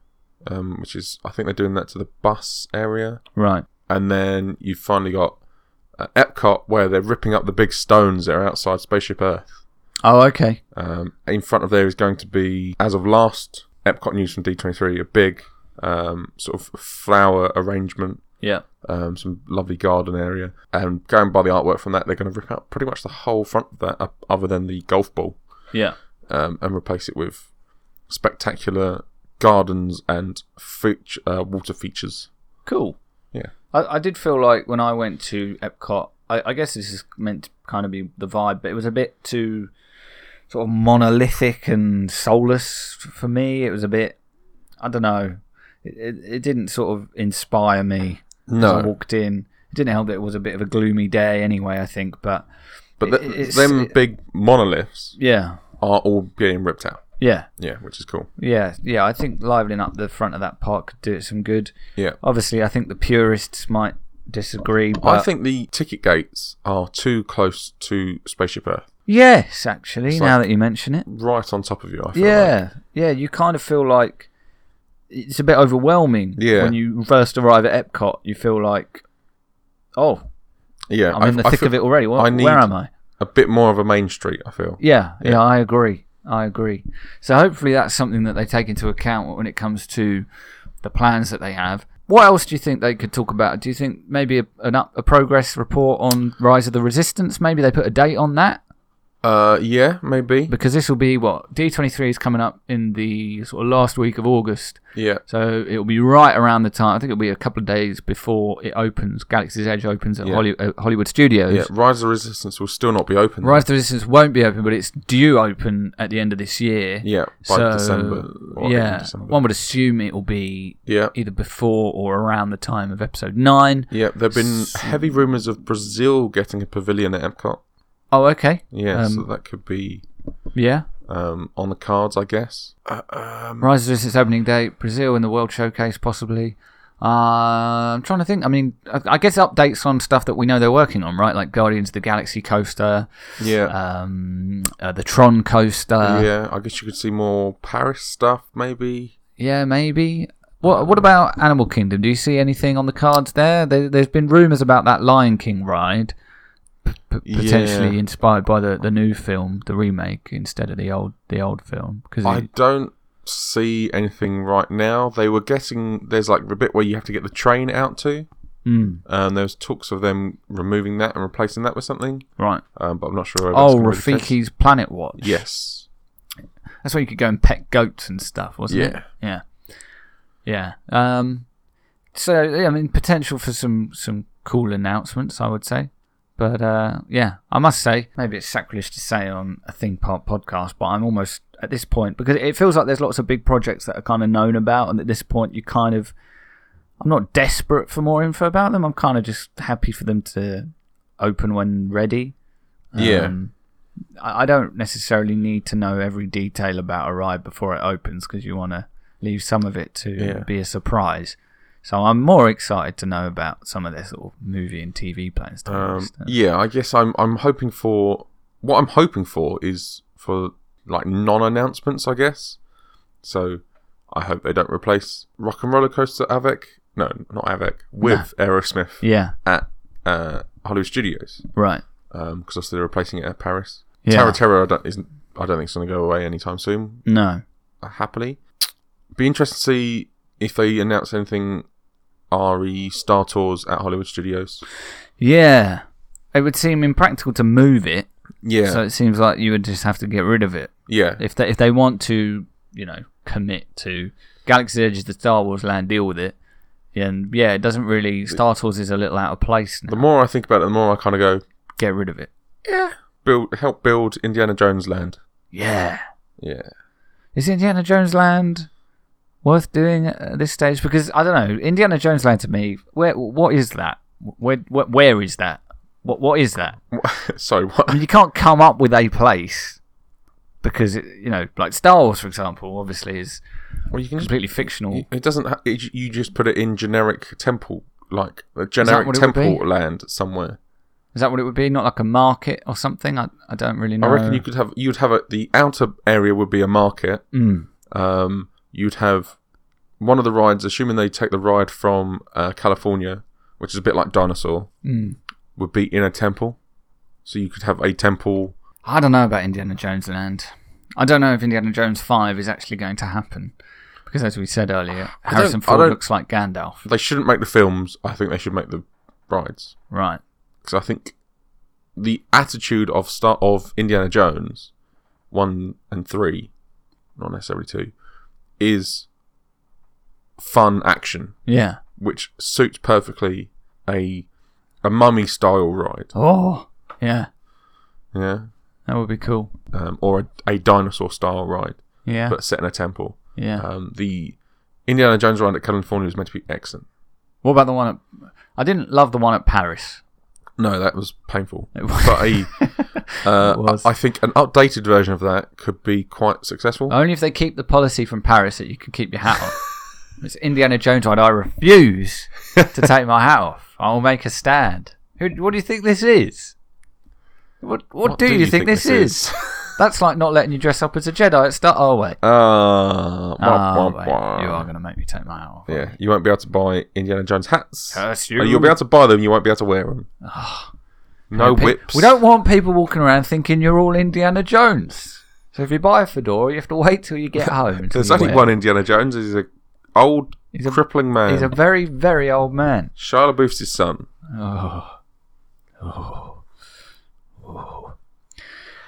Speaker 2: um, which is, I think they're doing that to the bus area.
Speaker 1: Right.
Speaker 2: and then you've finally got uh, Epcot where they're ripping up the big stones that are outside Spaceship Earth.
Speaker 1: Oh, okay.
Speaker 2: Um, in front of there is going to be, as of last Epcot news from D23, a big um, sort of flower arrangement,
Speaker 1: Yeah.
Speaker 2: um, some lovely garden area. And going by the artwork from that, they're going to rip out pretty much the whole front of that, up, other than the golf ball,
Speaker 1: Yeah.
Speaker 2: um, and replace it with spectacular gardens and feat- uh, water features.
Speaker 1: Cool.
Speaker 2: Yeah.
Speaker 1: I, I did feel like when I went to Epcot, I, I guess this is meant to kind of be the vibe, but it was a bit too sort of monolithic and soulless f- for me. It was a bit, I don't know, it, it, it didn't sort of inspire me. as I walked in. It didn't help that it was a bit of a gloomy day anyway, I think, but
Speaker 2: But
Speaker 1: It-
Speaker 2: th-
Speaker 1: it's-
Speaker 2: them
Speaker 1: it-
Speaker 2: big monoliths
Speaker 1: yeah.
Speaker 2: are all getting ripped out.
Speaker 1: Yeah.
Speaker 2: Yeah, which is cool.
Speaker 1: Yeah, yeah, I think livening up the front of that park could do it some good.
Speaker 2: Yeah.
Speaker 1: Obviously, I think the purists might disagree, but
Speaker 2: I think the ticket gates are too close to Spaceship Earth,
Speaker 1: yes, actually,
Speaker 2: It's
Speaker 1: now
Speaker 2: like-
Speaker 1: that you mention it,
Speaker 2: right on top of you. I feel like.
Speaker 1: yeah, yeah, you kind of feel like it's a bit overwhelming
Speaker 2: Yeah.
Speaker 1: when you first arrive at Epcot. You feel like, oh,
Speaker 2: yeah.
Speaker 1: I'm in the thick
Speaker 2: feel
Speaker 1: of it already. Where,
Speaker 2: I need-
Speaker 1: where am I?
Speaker 2: A bit more of a main street. I feel.
Speaker 1: Yeah,
Speaker 2: Yeah.
Speaker 1: yeah, I agree. I agree. So hopefully that's something that they take into account when it comes to the plans that they have. What else do you think they could talk about? Do you think maybe a, an up, a progress report on Rise of the Resistance? Maybe they put a date on that
Speaker 2: Uh, yeah, maybe.
Speaker 1: because this will be what D23 is coming up in the sort of last week of August.
Speaker 2: Yeah,
Speaker 1: So it'll be right around the time. I think it'll be a couple of days before it opens. Galaxy's Edge opens at
Speaker 2: Yeah.
Speaker 1: Holly, uh, Hollywood Studios.
Speaker 2: yeah. Rise of the Resistance will still not be open.
Speaker 1: Rise of the Resistance won't be open, but it's due open at the end of this year.
Speaker 2: Yeah, by December. or end of
Speaker 1: yeah,
Speaker 2: December.
Speaker 1: one would assume it will be
Speaker 2: Yeah.
Speaker 1: either before or around the time of episode nine.
Speaker 2: Yeah, there've been heavy rumours of Brazil getting a pavilion at Epcot.
Speaker 1: Oh, okay.
Speaker 2: Yeah, so
Speaker 1: Um,
Speaker 2: that could be
Speaker 1: Yeah,
Speaker 2: um, on the cards, I guess. Uh, um,
Speaker 1: Rise of the Resistance opening date, Brazil in the World Showcase, possibly. Uh, I'm trying to think. I mean, I, I guess updates on stuff that we know they're working on, right? Like Guardians of the Galaxy coaster,
Speaker 2: yeah,
Speaker 1: um, uh, the Tron coaster. Yeah,
Speaker 2: Oh, yeah, I guess you could see more Paris stuff, maybe.
Speaker 1: maybe. What What about Animal Kingdom? Do you see anything on the cards there? there there's been rumours about that Lion King ride.
Speaker 2: Yeah.
Speaker 1: potentially inspired by the, the new film, the remake, instead of the old the old film. Because
Speaker 2: I don't see anything right now. They were getting there's like the bit where you have to get the train out to,
Speaker 1: Hmm.
Speaker 2: and there's talks of them removing that and replacing that with something.
Speaker 1: right.
Speaker 2: Um, but I'm not sure. whether
Speaker 1: Oh,
Speaker 2: that's gonna be the case.
Speaker 1: Rafiki's Planet Watch.
Speaker 2: Yes.
Speaker 1: that's where you could go and pet goats and stuff, wasn't
Speaker 2: Yeah.
Speaker 1: it? Yeah, yeah, yeah. Um, so yeah, I mean, potential for some some cool announcements, I would say. But uh, yeah, I must say, maybe it's sacrilege to say on a Thing Park podcast, but I'm almost at this point because it feels like there's lots of big projects that are kind of known about, and at this point, you kind of, I'm not desperate for more info about them. I'm kind of just happy for them to open when ready.
Speaker 2: Yeah.
Speaker 1: Um, I I don't necessarily need to know every detail about a ride before it opens because you want to leave some of it to
Speaker 2: Yeah.
Speaker 1: be a surprise. So I'm more excited to know about some of their sort of movie and TV plans. To be
Speaker 2: Um,
Speaker 1: honest.
Speaker 2: yeah. I guess I'm I'm hoping for what I'm hoping for is for like non-announcements. I guess. So, I hope they don't replace Rock and Roller Coaster Avec. No, not Avec. With Aerosmith
Speaker 1: yeah,
Speaker 2: at uh, Hollywood Studios.
Speaker 1: right.
Speaker 2: because obviously they're replacing it at Paris.
Speaker 1: Yeah.
Speaker 2: Terra Terra I don't, isn't, I don't think it's going to go away anytime soon,
Speaker 1: No.
Speaker 2: uh, happily. Be interested to see if they announce anything RE Star Tours at Hollywood Studios.
Speaker 1: Yeah. It would seem impractical to move it,
Speaker 2: Yeah.
Speaker 1: so it seems like you would just have to get rid of it
Speaker 2: yeah.
Speaker 1: if they if they want to, you know, commit to Galaxy Edge is the Star Wars land, deal with it. Yeah, and yeah, it doesn't really. Star Wars is a little out of place
Speaker 2: The
Speaker 1: now.
Speaker 2: more I think about it, the more I kind of go,
Speaker 1: Get rid of it.
Speaker 2: yeah, build, help build Indiana Jones land.
Speaker 1: Yeah.
Speaker 2: Yeah.
Speaker 1: Is Indiana Jones Land worth doing at this stage? Because I don't know. Indiana Jones Land to me, where what is that? Where where, where is that? What what is that?
Speaker 2: Sorry, what?
Speaker 1: I mean, you can't come up with a place because it, you know, like Star Wars, for example, obviously is
Speaker 2: Well, you can just.
Speaker 1: completely fictional.
Speaker 2: It doesn't. Ha- it, you just put it in generic temple like a
Speaker 1: what it
Speaker 2: generic
Speaker 1: would
Speaker 2: temple land somewhere.
Speaker 1: Is that what it would be? Not like a market or something? I, I don't really know.
Speaker 2: I reckon you could have you'd have a, the outer area would be a market.
Speaker 1: Mm.
Speaker 2: Um, you'd have one of the rides, assuming they take the ride from uh, California, which is a bit like Dinosaur,
Speaker 1: Mm.
Speaker 2: would be in a temple. So you could have a temple.
Speaker 1: I don't know about Indiana Jones Land. I don't know if Indiana Jones 5 is actually going to happen. Because as we said earlier,
Speaker 2: don't-
Speaker 1: Harrison
Speaker 2: I
Speaker 1: Ford
Speaker 2: don't-
Speaker 1: looks like Gandalf.
Speaker 2: They shouldn't make the films. I think they should make the rides
Speaker 1: Right.
Speaker 2: because I think the attitude of start of Indiana Jones one and three, not necessarily two, is fun action.
Speaker 1: Yeah.
Speaker 2: which suits perfectly a a mummy style ride,
Speaker 1: Oh. Yeah.
Speaker 2: yeah,
Speaker 1: That would be cool.
Speaker 2: um, or a, a dinosaur style ride,
Speaker 1: Yeah.
Speaker 2: but set in a temple.
Speaker 1: yeah.
Speaker 2: Um, the Indiana Jones ride at California was meant to be excellent.
Speaker 1: what about the one at. I didn't love the one at Paris.
Speaker 2: No, that was painful.
Speaker 1: It was-
Speaker 2: But a, uh,
Speaker 1: It was.
Speaker 2: I I think an updated version of that could be quite successful.
Speaker 1: Only if they keep the policy from Paris that you can keep your hat on. it's Indiana Jones ride. I refuse to take my hat off. I'll make a stand. Who, what do you think this is? What, what, do, you, think, this, is? That's like not letting you dress up as a Jedi at Star. Oh wait,
Speaker 2: uh,
Speaker 1: oh,
Speaker 2: wah, wah,
Speaker 1: wait.
Speaker 2: wah.
Speaker 1: you are going to make me take my hat off.
Speaker 2: Yeah, you won't be able to buy Indiana Jones hats.
Speaker 1: Curse
Speaker 2: Uh,
Speaker 1: you.
Speaker 2: You'll be able to buy them. You won't be able to wear them. No
Speaker 1: Pe-
Speaker 2: whips.
Speaker 1: We don't want people walking around thinking you're all Indiana Jones. So if you buy a fedora, you have to wait till you get home. until
Speaker 2: There's
Speaker 1: you
Speaker 2: only
Speaker 1: wear
Speaker 2: one
Speaker 1: it.
Speaker 2: Indiana Jones. He's a old,
Speaker 1: He's a-
Speaker 2: crippling man.
Speaker 1: He's a very, very old man.
Speaker 2: Shia LaBeouf's his son.
Speaker 1: Oh.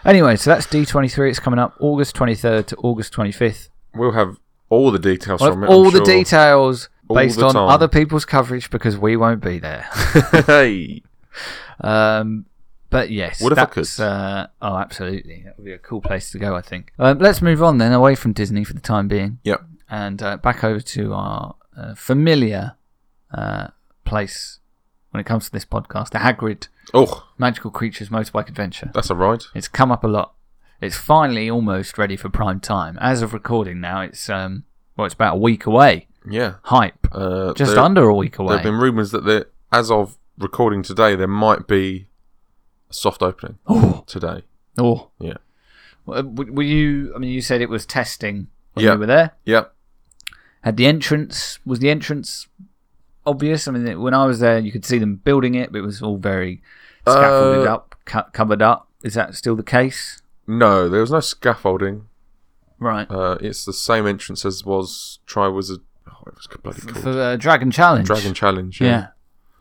Speaker 1: Anyway, so that's D23. It's coming up August 23rd to August 25th.
Speaker 2: We'll have all the details
Speaker 1: We'll
Speaker 2: from
Speaker 1: have
Speaker 2: it. I'm
Speaker 1: all the
Speaker 2: sure.
Speaker 1: details
Speaker 2: All
Speaker 1: based
Speaker 2: the
Speaker 1: on
Speaker 2: time.
Speaker 1: other people's coverage because we won't be there.
Speaker 2: hey,
Speaker 1: Um, but yes,
Speaker 2: What if I
Speaker 1: that's,
Speaker 2: could?
Speaker 1: Uh, oh, absolutely. That would be a cool place to go, I think. Um, let's move on then, away from Disney for the time being.
Speaker 2: Yep.
Speaker 1: And uh, back over to our uh, familiar uh, place when it comes to this podcast, the Hagrid
Speaker 2: oh,
Speaker 1: Magical Creatures Motorbike Adventure.
Speaker 2: that's a ride.
Speaker 1: It's come up a lot. It's finally almost ready for prime time. As of recording now, it's um well, it's about a week away.
Speaker 2: Yeah,
Speaker 1: Hype,
Speaker 2: uh,
Speaker 1: just
Speaker 2: there,
Speaker 1: under a week
Speaker 2: There
Speaker 1: away.
Speaker 2: have been rumours that there, as of recording today, there might be a soft opening
Speaker 1: Oh,
Speaker 2: today.
Speaker 1: oh,
Speaker 2: Yeah.
Speaker 1: Well, uh, w- Were you? I mean, you said it was testing when
Speaker 2: Yeah.
Speaker 1: you were there.
Speaker 2: Yep.
Speaker 1: Had the entrance? Was the entrance obvious? I mean, it- when I was there, you could see them building it, but it was all very scaffolded
Speaker 2: Uh,
Speaker 1: up, cu- covered up. Is that still the case?
Speaker 2: No, there was no scaffolding.
Speaker 1: Right.
Speaker 2: Uh, it's the same entrance as was Triwizard. Oh, it was bloody called
Speaker 1: For uh, Dragon Challenge.
Speaker 2: Dragon Challenge.
Speaker 1: Yeah.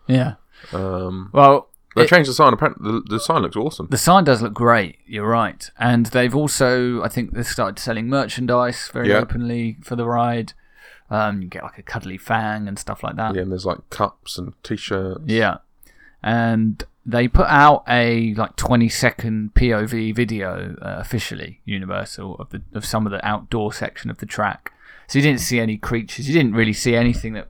Speaker 1: Yeah.
Speaker 2: Um,
Speaker 1: Well,
Speaker 2: they
Speaker 1: it-
Speaker 2: changed the sign. Apparently, the, the sign looks awesome.
Speaker 1: The sign does look great. You're right, and they've also, I think, they've started selling merchandise very
Speaker 2: Yeah.
Speaker 1: openly for the ride. Um, you get like a cuddly fang and stuff like that.
Speaker 2: yeah, and there's like cups and t-shirts.
Speaker 1: Yeah. and they put out a like 20 second POV video uh, officially Universal of the of some of the outdoor section of the track. So you didn't see any creatures. You didn't really see anything that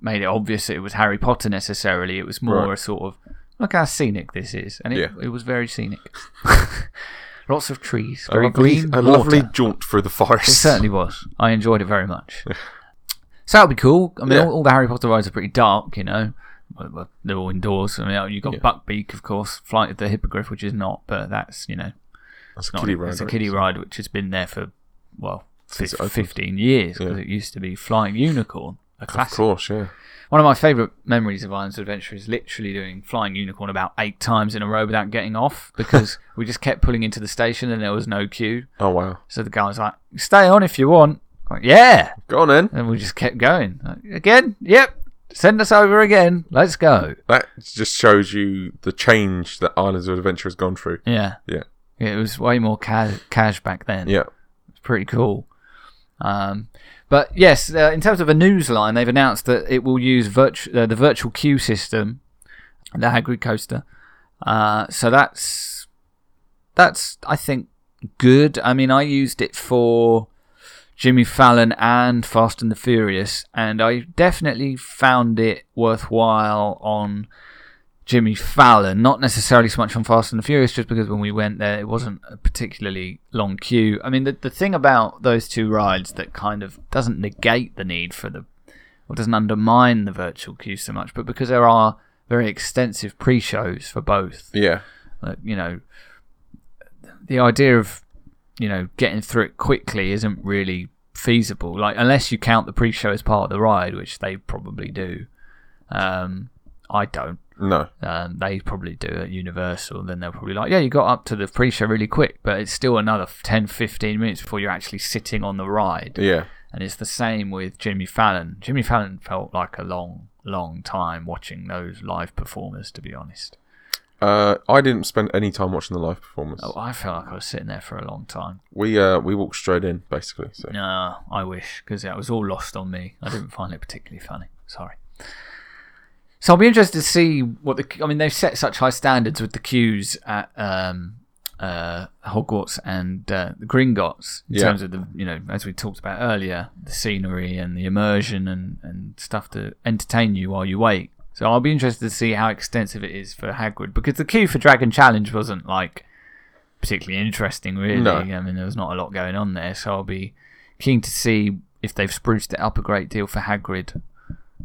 Speaker 1: made it obvious that it was Harry Potter necessarily. It was more
Speaker 2: Right.
Speaker 1: a sort of look how scenic this is, and it,
Speaker 2: Yeah.
Speaker 1: it was very scenic. Lots of trees,
Speaker 2: A
Speaker 1: very
Speaker 2: lovely,
Speaker 1: green,
Speaker 2: a
Speaker 1: water.
Speaker 2: lovely jaunt through the forest.
Speaker 1: It certainly was. I enjoyed it very much. so that'll be cool. I mean,
Speaker 2: Yeah.
Speaker 1: all, all the Harry Potter rides are pretty dark, you know. Well, well, They're all indoors. I mean, you've got
Speaker 2: Yeah.
Speaker 1: Buckbeak, of course, Flight of the Hippogriff, which is not, but that's, you know,
Speaker 2: That's a
Speaker 1: not,
Speaker 2: kiddie
Speaker 1: it's
Speaker 2: ride.
Speaker 1: a
Speaker 2: right?
Speaker 1: kiddie ride which has been there for, well,
Speaker 2: Since it
Speaker 1: fif-
Speaker 2: opened.
Speaker 1: 15 years because
Speaker 2: Yeah.
Speaker 1: it used to be Flying Unicorn, a
Speaker 2: Of
Speaker 1: classic.
Speaker 2: course, yeah.
Speaker 1: One of my favourite memories of Islands of Adventure is literally doing Flying Unicorn about eight times in a row without getting off because we just kept pulling into the station and there was no queue.
Speaker 2: Oh wow.
Speaker 1: So the guy was like, stay on if you want. I'm like, yeah.
Speaker 2: Go on then.
Speaker 1: And we just kept going. Like, again? Yep. Send us over again. Let's go.
Speaker 2: That just shows you the change that Islands of Adventure has gone through.
Speaker 1: Yeah.
Speaker 2: Yeah.
Speaker 1: It was way more ca- cash back then.
Speaker 2: Yeah.
Speaker 1: It's pretty cool. Um, but yes, uh, in terms of a news line, they've announced that it will use virtu- uh, the virtual queue system, the Hagrid coaster. Uh, so that's that's I think good. I mean, I used it for Jimmy Fallon and Fast and the Furious, and I definitely found it worthwhile on Jimmy Fallon, not necessarily so much on Fast and the Furious, just because when we went there, it wasn't a particularly long queue. I mean, the, the thing about those two rides that kind of doesn't negate the need for the or doesn't undermine the virtual queue so much, but because there are very extensive pre-shows for both.
Speaker 2: Yeah.
Speaker 1: Like, you know, the idea of you know getting through it quickly isn't really feasible. Like unless you count the pre-show as part of the ride, which they probably do. Um, I don't.
Speaker 2: No.
Speaker 1: Um, they probably do at Universal. Then they'll probably like, yeah, you got up to the pre-show really quick, but it's still another 10, 15 minutes before you're actually sitting on the ride.
Speaker 2: Yeah.
Speaker 1: And it's the same with Jimmy Fallon. Jimmy Fallon felt like a long, long time watching those live performers, to be honest.
Speaker 2: Uh, I didn't spend any time watching the live performance.
Speaker 1: Oh, I felt like I was sitting there for a long time.
Speaker 2: We uh we walked straight in basically. So
Speaker 1: No, I wish, because that was all lost on me. I didn't find it particularly funny. Sorry. So I'll be interested to see what the. I mean, they've set such high standards with the queues at um, uh, Hogwarts and uh, the Gringotts in
Speaker 2: Yeah.
Speaker 1: terms of the, you know, as we talked about earlier, the scenery and the immersion and, and stuff to entertain you while you wait. So I'll be interested to see how extensive it is for Hagrid because the queue for Dragon Challenge wasn't like particularly interesting, really.
Speaker 2: No.
Speaker 1: I mean, there was not a lot going on there, so I'll be keen to see if they've spruced it up a great deal for Hagrid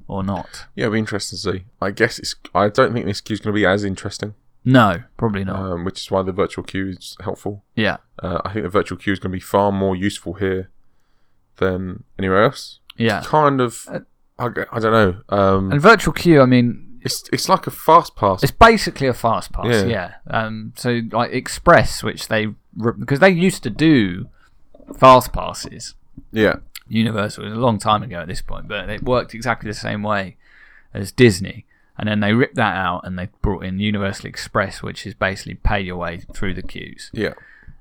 Speaker 1: or not.
Speaker 2: yeah, it'll be interesting to see. I guess it's. I don't think this queue's going to be as interesting,
Speaker 1: No, probably not.
Speaker 2: um, which is why the virtual queue is helpful.
Speaker 1: yeah,
Speaker 2: Uh, I think the virtual queue is going to be far more useful here than anywhere else.
Speaker 1: yeah.
Speaker 2: Kind of. I, g- I don't know. Um,
Speaker 1: Uh, And virtual queue, I mean,
Speaker 2: it's it's like a fast pass.
Speaker 1: it's basically a fast pass.
Speaker 2: Yeah.
Speaker 1: Yeah. Um. So like Express, which they re- because they used to do fast passes.
Speaker 2: Yeah.
Speaker 1: Universal it was a long time ago at this point, but it worked exactly the same way as Disney. And then they ripped that out and they brought in Universal Express, which is basically pay your way through the queues.
Speaker 2: Yeah.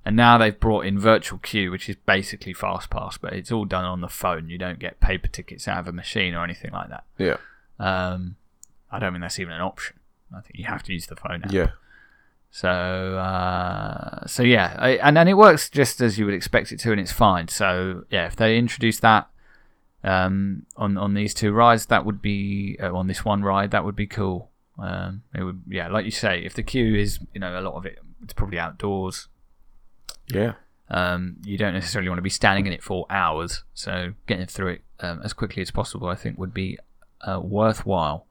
Speaker 1: And now they've brought in virtual queue, which is basically fast pass, but it's all done on the phone. You don't get paper tickets out of a machine or anything like that.
Speaker 2: Yeah.
Speaker 1: Um, I don't think that's even an option. I think you have to use the phone app.
Speaker 2: Yeah.
Speaker 1: So, uh, so yeah, I, and and it works just as you would expect it to, and it's fine. So yeah, if they introduce that um, on on these two rides, that would be uh, on this one ride, that would be cool. Um, it would, yeah, like you say, if the queue is, you know, a lot of it, it's probably outdoors.
Speaker 2: Yeah.
Speaker 1: Um, you don't necessarily want to be standing in it for hours, so getting through it um, as quickly as possible, I think, would be uh, worthwhile.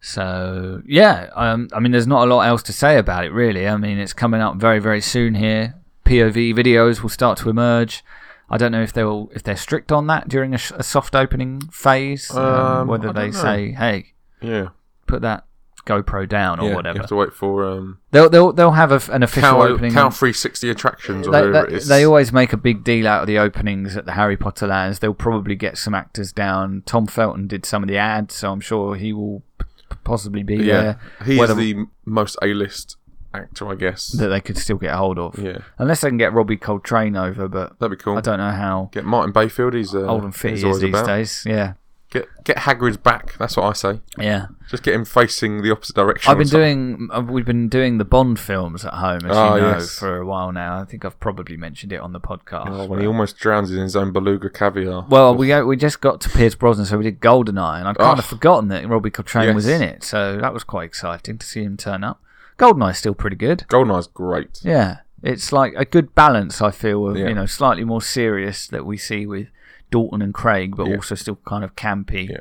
Speaker 1: So yeah, um, I mean, there's not a lot else to say about it, really. I mean, it's coming up very, very soon here. POV videos will start to emerge. I don't know if they will, if they're strict on that during a, sh- a soft opening phase, um,
Speaker 2: Um, I
Speaker 1: whether
Speaker 2: don't
Speaker 1: they
Speaker 2: know.
Speaker 1: say, "Hey,
Speaker 2: Yeah.
Speaker 1: put that GoPro down" or
Speaker 2: yeah. You
Speaker 1: whatever.
Speaker 2: have to wait for um,
Speaker 1: They'll they'll they'll have a, an official
Speaker 2: Cow,
Speaker 1: opening.
Speaker 2: Cow 360 attractions or
Speaker 1: They,
Speaker 2: whatever it
Speaker 1: they,
Speaker 2: is.
Speaker 1: they always make a big deal out of the openings at the Harry Potter lands. They'll probably get some actors down. Tom Felton did some of the ads, so I'm sure he will p- possibly be
Speaker 2: yeah.
Speaker 1: there.
Speaker 2: He
Speaker 1: Whether-
Speaker 2: is the m- most A-list actor, I guess.
Speaker 1: that they could still get hold of.
Speaker 2: yeah.
Speaker 1: Unless they can get Robbie Coltrane over, but
Speaker 2: That'd be cool.
Speaker 1: I don't know how
Speaker 2: Get Martin Bayfield. He's uh,
Speaker 1: old and fit
Speaker 2: he's
Speaker 1: he is
Speaker 2: always
Speaker 1: these
Speaker 2: about.
Speaker 1: days. Yeah,
Speaker 2: Get get Hagrid's back. That's what I say.
Speaker 1: yeah.
Speaker 2: Just get him facing the opposite direction.
Speaker 1: I've
Speaker 2: or
Speaker 1: been
Speaker 2: something.
Speaker 1: doing. uh, We've been doing the Bond films at home, as
Speaker 2: Ah,
Speaker 1: you know,
Speaker 2: yes.
Speaker 1: for a while now. I think I've probably mentioned it on the podcast.
Speaker 2: Oh,
Speaker 1: but-
Speaker 2: when he almost drowns in his own beluga caviar.
Speaker 1: Well, we we just got to Pierce Brosnan, so we did Goldeneye, and I'd kind
Speaker 2: Oh.
Speaker 1: of forgotten that Robbie Coltrane was
Speaker 2: Yes.
Speaker 1: in it, so that was quite exciting to see him turn up. Goldeneye's still pretty good.
Speaker 2: Goldeneye's great.
Speaker 1: Yeah, it's like a good balance, I feel, of
Speaker 2: Yeah.
Speaker 1: you know slightly more serious that we see with Dalton and Craig, but
Speaker 2: Yeah.
Speaker 1: also still kind of campy,
Speaker 2: Yeah.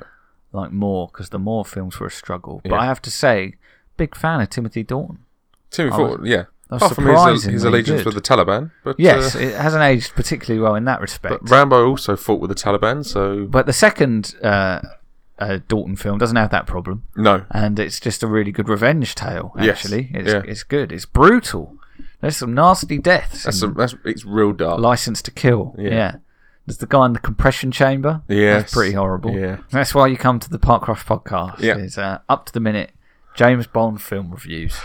Speaker 1: like Moore, because the Moore films were a struggle. But
Speaker 2: Yeah.
Speaker 1: I have to say, big fan of Timothy Dalton.
Speaker 2: Timmy
Speaker 1: I was-
Speaker 2: Ford, yeah.
Speaker 1: I was
Speaker 2: Apart from his, uh, his
Speaker 1: surprisingly
Speaker 2: allegiance
Speaker 1: good.
Speaker 2: with the Taliban. But,
Speaker 1: Yes,
Speaker 2: uh,
Speaker 1: it hasn't aged particularly well in that respect.
Speaker 2: but Rambo also fought with the Taliban, so
Speaker 1: But the second uh, uh, Dalton film doesn't have that problem,
Speaker 2: no.
Speaker 1: and it's just a really good revenge tale.
Speaker 2: Yes,
Speaker 1: Actually, it's
Speaker 2: yeah.
Speaker 1: it's good. It's brutal. There's some nasty deaths.
Speaker 2: That's,
Speaker 1: in
Speaker 2: a, that's it's real dark.
Speaker 1: License to Kill.
Speaker 2: Yeah.
Speaker 1: Yeah. There's the guy in the compression chamber.
Speaker 2: Yes.
Speaker 1: That's pretty horrible.
Speaker 2: Yeah.
Speaker 1: That's why you come to the Park Crush podcast.
Speaker 2: Yeah.
Speaker 1: It's uh, up to the minute James Bond film reviews.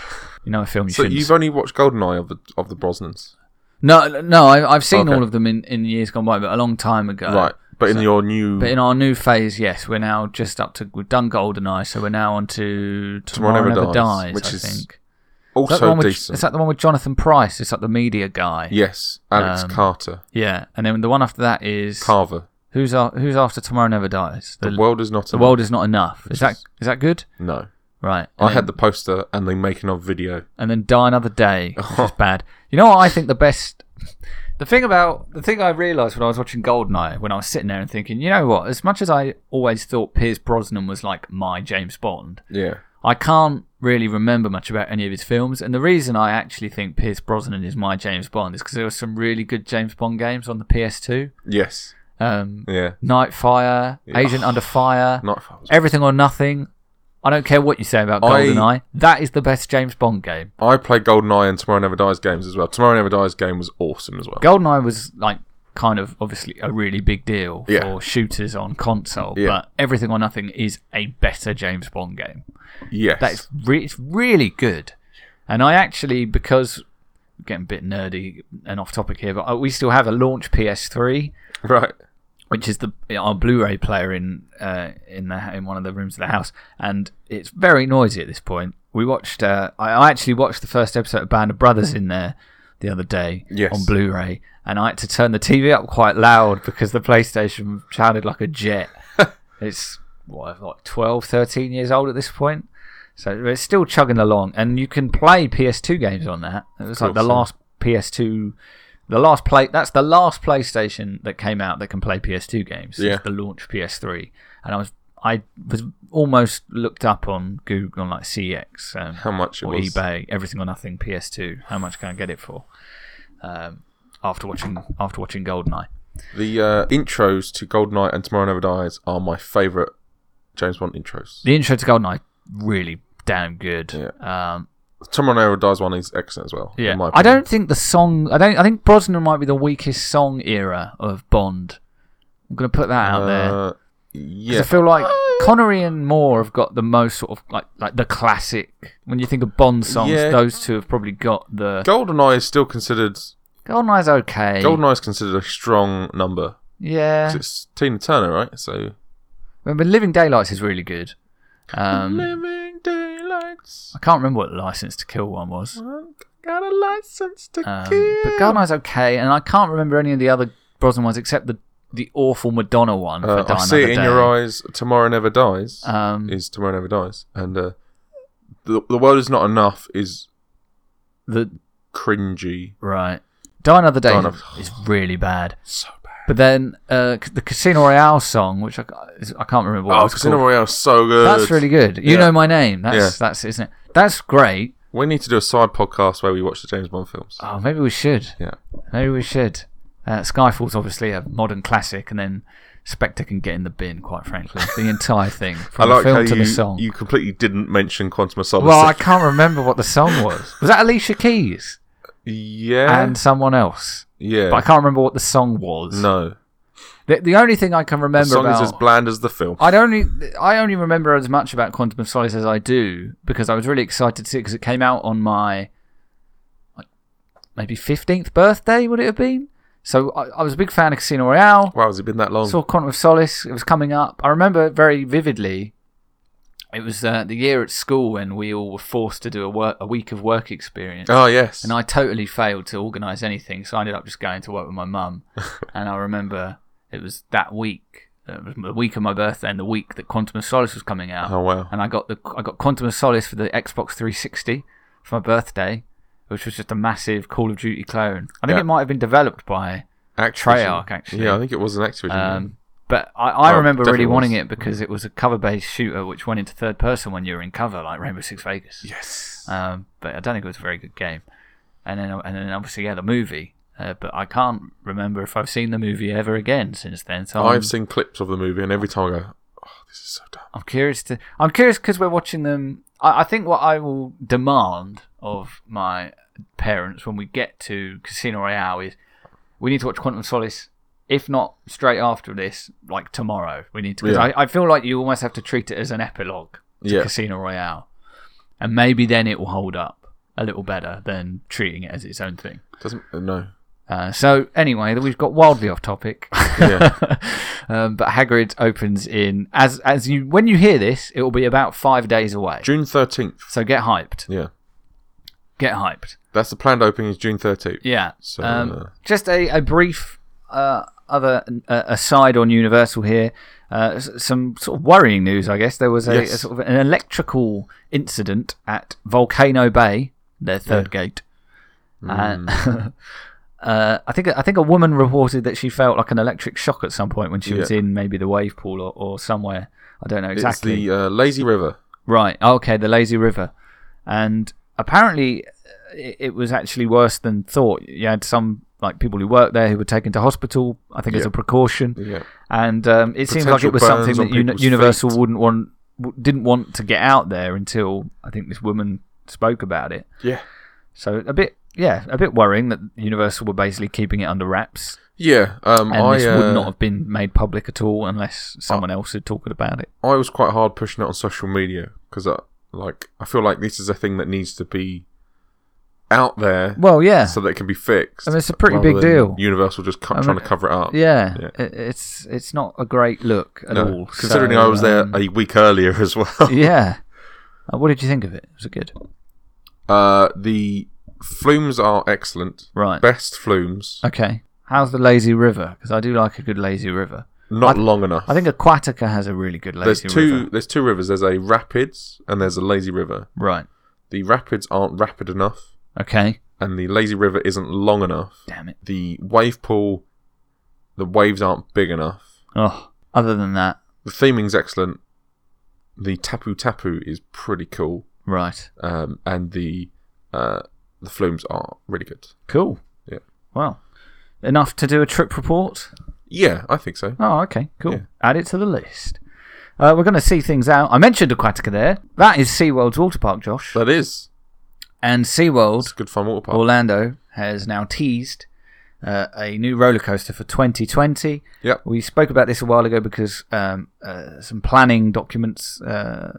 Speaker 1: You know a film you
Speaker 2: So
Speaker 1: shouldn't
Speaker 2: you've only watched Goldeneye of the of the Brosnans,
Speaker 1: No, no, I, I've seen
Speaker 2: Okay.
Speaker 1: all of them in, in years gone by, but a long time ago.
Speaker 2: right? But in your new
Speaker 1: Uh, But in our new phase, yes, we're now just up to we've done Goldeneye, so we're now on to Tomorrow,
Speaker 2: Never
Speaker 1: Never
Speaker 2: Dies,
Speaker 1: Dies,
Speaker 2: which
Speaker 1: I
Speaker 2: is
Speaker 1: think. Is that, the
Speaker 2: also
Speaker 1: one with,
Speaker 2: decent.
Speaker 1: is that the one with Jonathan Price? It's like the media guy.
Speaker 2: yes, Alex
Speaker 1: Um,
Speaker 2: Carter,
Speaker 1: Yeah. And then the one after that is
Speaker 2: Carver.
Speaker 1: who's a, who's after Tomorrow Never Dies. The,
Speaker 2: The world is not.
Speaker 1: The
Speaker 2: enough.
Speaker 1: world is not enough. Is that
Speaker 2: is-
Speaker 1: is that good?
Speaker 2: No,
Speaker 1: Right.
Speaker 2: I
Speaker 1: And
Speaker 2: had the
Speaker 1: then-
Speaker 2: poster and the making of video.
Speaker 1: and then die another day. Which is bad. You know what I think the best. The thing about the thing I realised when I was watching Goldeneye, when I was sitting there and thinking, you know what? As much as I always thought Pierce Brosnan was like my James Bond,
Speaker 2: Yeah.
Speaker 1: I can't really remember much about any of his films. And the reason I actually think Pierce Brosnan is my James Bond is because there were some really good James Bond games on the PS2.
Speaker 2: Yes.
Speaker 1: Um,
Speaker 2: Yeah.
Speaker 1: Nightfire,
Speaker 2: Yeah.
Speaker 1: Agent Under Fire,
Speaker 2: Not if I was.
Speaker 1: Everything or Nothing. I don't care what you say about
Speaker 2: I-
Speaker 1: GoldenEye. that is the best James Bond game.
Speaker 2: I played GoldenEye and Tomorrow Never Dies games as well. Tomorrow Never Dies game was awesome as well.
Speaker 1: GoldenEye was like kind of obviously a really big deal
Speaker 2: Yeah.
Speaker 1: for shooters on console,
Speaker 2: Yeah.
Speaker 1: but Everything or Nothing is a better James Bond game.
Speaker 2: yes.
Speaker 1: That is re- it's really good. And I actually, because getting a bit nerdy and off topic here, but uh, we still have a launch PS3,
Speaker 2: right.
Speaker 1: which is the our Blu-ray player in uh, in the in one of the rooms of the house, and it's very noisy at this point. We watched. Uh, I, I actually watched the first episode of Band of Brothers in there the other day
Speaker 2: Yes.
Speaker 1: on Blu-ray, and I had to turn the TV up quite loud because the PlayStation sounded like a jet. it's what like 12, 13 years old at this point. So it's still chugging along, and you can play PS2 games on that. It was like the
Speaker 2: course, yeah.
Speaker 1: last PS2, the last play. That's the last PlayStation that came out that can play PS2 games. since
Speaker 2: Yeah.
Speaker 1: the launch PS3, and I was I was almost looked up on Google on like CX um,
Speaker 2: How much it
Speaker 1: or
Speaker 2: was.
Speaker 1: eBay, everything or nothing PS2. How much can I get it for? Um, after watching after watching Goldeneye,
Speaker 2: The uh, intros to GoldenEye and Tomorrow Never Dies are my favourite James Bond intros.
Speaker 1: the intro to Goldeneye really damn good. Um,
Speaker 2: Tomorrow Never Dies one is excellent as well.
Speaker 1: Yeah,
Speaker 2: in my
Speaker 1: I
Speaker 2: opinion.
Speaker 1: don't think the song. I don't. I think Brosnan might be the weakest song era of Bond. I'm gonna put that out there. 'Cause
Speaker 2: Uh, yeah.
Speaker 1: I feel like Connery and Moore have got the most sort of like like the classic. When you think of Bond songs,
Speaker 2: Yeah.
Speaker 1: those two have probably got the.
Speaker 2: GoldenEye is still considered.
Speaker 1: Goldeneye's okay.
Speaker 2: GoldenEye is considered a strong number.
Speaker 1: yeah,
Speaker 2: 'Cause It's Tina Turner, right? So.
Speaker 1: I mean, Living Daylights is really good. Um,
Speaker 2: Living daylights.
Speaker 1: I can't remember what the License to Kill one was.
Speaker 2: Got a license to
Speaker 1: Um,
Speaker 2: kill.
Speaker 1: but Goldeneye's okay, and I can't remember any of the other Brosnan ones except the the awful Madonna one.
Speaker 2: Uh,
Speaker 1: for Die
Speaker 2: I see
Speaker 1: Another
Speaker 2: it in your
Speaker 1: Day.
Speaker 2: eyes. Tomorrow never dies.
Speaker 1: Um,
Speaker 2: is Tomorrow Never Dies, and uh, the the world is not enough is
Speaker 1: the
Speaker 2: cringy.
Speaker 1: Right. Die Another Day
Speaker 2: Die Another-
Speaker 1: is really bad.
Speaker 2: So bad.
Speaker 1: But then uh, c- the Casino Royale song, which I, c- I can't remember what
Speaker 2: Oh,
Speaker 1: it's
Speaker 2: Casino
Speaker 1: called.
Speaker 2: Royale, so good.
Speaker 1: That's really good. You
Speaker 2: Yeah.
Speaker 1: know my name. That's that's isn't it? That's great.
Speaker 2: We need to do a side podcast where we watch the James Bond films.
Speaker 1: Oh, maybe we should.
Speaker 2: Yeah,
Speaker 1: Maybe we should. Uh, Skyfall's obviously a modern classic, and then Spectre can get in the bin. Quite frankly, the entire thing
Speaker 2: I
Speaker 1: from
Speaker 2: like
Speaker 1: the
Speaker 2: how
Speaker 1: film to
Speaker 2: you,
Speaker 1: the song.
Speaker 2: you completely didn't mention Quantum of Solace.
Speaker 1: Well, I can't remember what the song was. Was that Alicia Keys
Speaker 2: yeah,
Speaker 1: and someone else?
Speaker 2: yeah,
Speaker 1: But I can't remember what the song was.
Speaker 2: no.
Speaker 1: The, the only thing I can
Speaker 2: The
Speaker 1: remember
Speaker 2: song
Speaker 1: about
Speaker 2: is as bland as the film.
Speaker 1: I only I only remember as much about Quantum of Solace as I do because I was really excited to see it because it came out on my like, maybe fifteenth birthday would it have been? So I, I was a big fan of Casino Royale.
Speaker 2: wow, has it been that long?
Speaker 1: Saw Quantum of Solace. It was coming up. I remember very vividly. It was uh, the year at school when we all were forced to do a work a week of work experience.
Speaker 2: oh yes,
Speaker 1: And I totally failed to organise anything, so I ended up just going to work with my mum. and I remember it was that week, uh, it was the week of my birthday, and the week that Quantum of Solace was coming out.
Speaker 2: oh wow,
Speaker 1: And I got the I got Quantum of Solace for the Xbox 360 for my birthday, which was just a massive Call of Duty clone. I think
Speaker 2: Yeah.
Speaker 1: it might have been developed by,
Speaker 2: Activision.
Speaker 1: Treyarch, actually.
Speaker 2: Yeah, I think it was an Activision.
Speaker 1: um, but I, I
Speaker 2: Oh,
Speaker 1: remember
Speaker 2: definitely
Speaker 1: really wanting
Speaker 2: was.
Speaker 1: it because it was a cover-based shooter which went into third person when you were in cover, like Rainbow Six Vegas.
Speaker 2: yes,
Speaker 1: Um, but I don't think it was a very good game. And then, and then obviously, yeah, the movie. Uh, but I can't remember if I've seen the movie ever again since then. So I'm,
Speaker 2: I've seen clips of the movie, and every time I go, oh, this is so dumb.
Speaker 1: I'm curious to. I'm curious because we're watching them. I, I think what I will demand of my parents when we get to Casino Royale is we need to watch Quantum of Solace. If not straight after this, like tomorrow, we need to. 'cause
Speaker 2: Yeah.
Speaker 1: I, I feel like you almost have to treat it as an epilogue.
Speaker 2: Yeah,
Speaker 1: Casino Royale, and maybe then it will hold up a little better than treating it as its own thing.
Speaker 2: doesn't no.
Speaker 1: Uh, so anyway, we've got wildly off topic.
Speaker 2: Yeah.
Speaker 1: um, but Hagrid opens in as as you when you hear this, it will be about five days away.
Speaker 2: June thirteenth.
Speaker 1: So get hyped,
Speaker 2: Yeah,
Speaker 1: get hyped.
Speaker 2: that's the planned opening is June thirteenth.
Speaker 1: Yeah.
Speaker 2: So,
Speaker 1: um,
Speaker 2: uh,
Speaker 1: just a, a brief uh, other uh, aside on Universal here. Uh, s- some sort of worrying news, I guess. There was a,
Speaker 2: Yes.
Speaker 1: a sort of an electrical
Speaker 2: Hmm.
Speaker 1: incident at Volcano Bay, their third gate, uh, uh, I think I think a woman reported that she felt like an electric shock at some point when she was
Speaker 2: Yeah.
Speaker 1: in maybe the wave pool or, or somewhere. I don't know exactly.
Speaker 2: It's the uh, lazy river.
Speaker 1: Right. Okay. The lazy river, and apparently uh, it, it was actually worse than thought. You had some like people who worked there who were taken to hospital. I think as
Speaker 2: Yeah.
Speaker 1: a precaution,
Speaker 2: Yeah.
Speaker 1: and um, it seems like
Speaker 2: Potential
Speaker 1: it was something
Speaker 2: burns on
Speaker 1: that uni-
Speaker 2: people's
Speaker 1: Universal
Speaker 2: feet.
Speaker 1: wouldn't want, w- didn't want to get out there until I think this woman spoke about it.
Speaker 2: Yeah.
Speaker 1: So a bit, yeah, a bit worrying that Universal were basically keeping it under wraps,
Speaker 2: Yeah. Um,
Speaker 1: and
Speaker 2: I
Speaker 1: this
Speaker 2: uh,
Speaker 1: would not have been made public at all unless someone else had talked about it.
Speaker 2: I was quite hard pushing it on social media because I like I feel like this is a thing that needs to be out there
Speaker 1: Well, yeah,
Speaker 2: so that it can be fixed.
Speaker 1: I mean, it's a pretty
Speaker 2: rather
Speaker 1: big
Speaker 2: than
Speaker 1: deal.
Speaker 2: Universal just co-
Speaker 1: I mean,
Speaker 2: trying to cover it up.
Speaker 1: Yeah,
Speaker 2: Yeah.
Speaker 1: i- it's it's not a great look at
Speaker 2: No,
Speaker 1: all.
Speaker 2: considering
Speaker 1: so,
Speaker 2: I was there
Speaker 1: um,
Speaker 2: a week earlier as well.
Speaker 1: yeah. Uh, what did you think of it? Was it good?
Speaker 2: Uh, the flumes are excellent.
Speaker 1: Right.
Speaker 2: Best flumes.
Speaker 1: Okay. How's the lazy river? Because I do like a good lazy river.
Speaker 2: Not
Speaker 1: I-
Speaker 2: long enough.
Speaker 1: I think Aquatica has a really good
Speaker 2: there's
Speaker 1: lazy
Speaker 2: two.
Speaker 1: river.
Speaker 2: There's two rivers. There's a rapids and there's a lazy river.
Speaker 1: Right.
Speaker 2: The rapids aren't rapid enough,
Speaker 1: Okay.
Speaker 2: and the lazy river isn't long enough.
Speaker 1: Damn it.
Speaker 2: The wave pool, the waves aren't big enough.
Speaker 1: Oh. Other than that,
Speaker 2: The theming's excellent. The tapu tapu is pretty cool,
Speaker 1: right.
Speaker 2: um, and the uh, the flumes are really good.
Speaker 1: Cool.
Speaker 2: Yeah.
Speaker 1: Wow. Enough to do a trip report.
Speaker 2: Yeah, I think so.
Speaker 1: Oh, okay, cool.
Speaker 2: Yeah.
Speaker 1: Add it to the list. Uh, we're going to see things out. I mentioned Aquatica there. That is SeaWorld's water park, Josh.
Speaker 2: That is
Speaker 1: And SeaWorld
Speaker 2: it's a good fun water park.
Speaker 1: Orlando has now teased uh, a new roller coaster for 2020.
Speaker 2: Yep.
Speaker 1: We spoke about this a while ago because um, uh, some planning documents uh,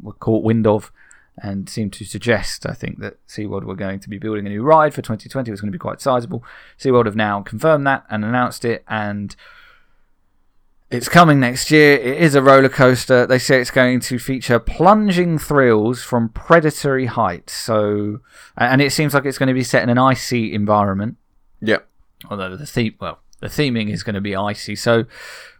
Speaker 1: were caught wind of and seemed to suggest, I think, that SeaWorld were going to be building a new ride for 2020. It was going to be quite sizable. SeaWorld have now confirmed that and announced it and it's coming next year. It is a roller coaster. They say it's going to feature plunging thrills from predatory heights. So, and it seems like it's going to be set in an icy environment.
Speaker 2: Yeah,
Speaker 1: Although the theme, well, the theming is going to be icy. So,